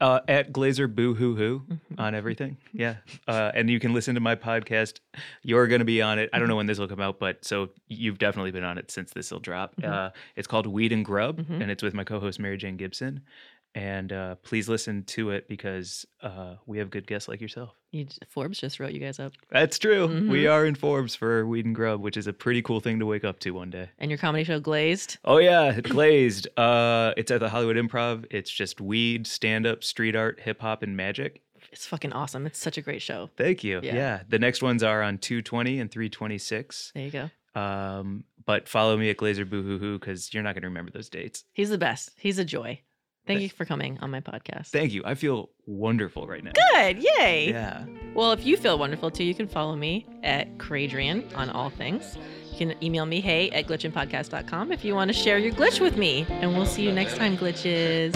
S2: Uh, at Glazer Boo Hoo Hoo
S1: Mhm.
S2: on everything. Yeah, uh, and you can listen to my podcast. You're going to be on it. I don't know when this will come out, but so you've definitely been on it since this will drop.
S1: Mhm.
S2: Uh, it's called Weed and Grub,
S1: Mhm.
S2: and it's with my co-host Mary Jane Gibson. And uh, please listen to it because uh, we have good guests like yourself.
S1: you j- Forbes just wrote you guys up,
S2: That's true. Mm-hmm. We
S1: Mhm.
S2: are in Forbes for Weed and Grub, which is a pretty cool thing to wake up to one day.
S1: and your comedy show Glazed.
S2: Oh yeah, glazed. Uh, it's at the Hollywood Improv. It's just weed, stand up, street art, hip hop, and magic.
S1: It's fucking awesome. It's such a great show.
S2: Thank you.
S1: Yeah.
S2: Yeah. The next ones are on 220 and 326.
S1: There you go.
S2: Um, but follow me at Glazer Boohoohoo because you're not going to remember those dates.
S1: He's the best. He's a joy. Thank
S2: Th-
S1: you for coming on my podcast.
S2: Thank you. I feel wonderful right now.
S1: Good. Yay.
S2: Yeah.
S1: Well, if you feel wonderful too, you can follow me at Cradrian on all things. You can email me, hey, at glitchandpodcast.com if you want to share your glitch with me. And we'll see you next time, glitches.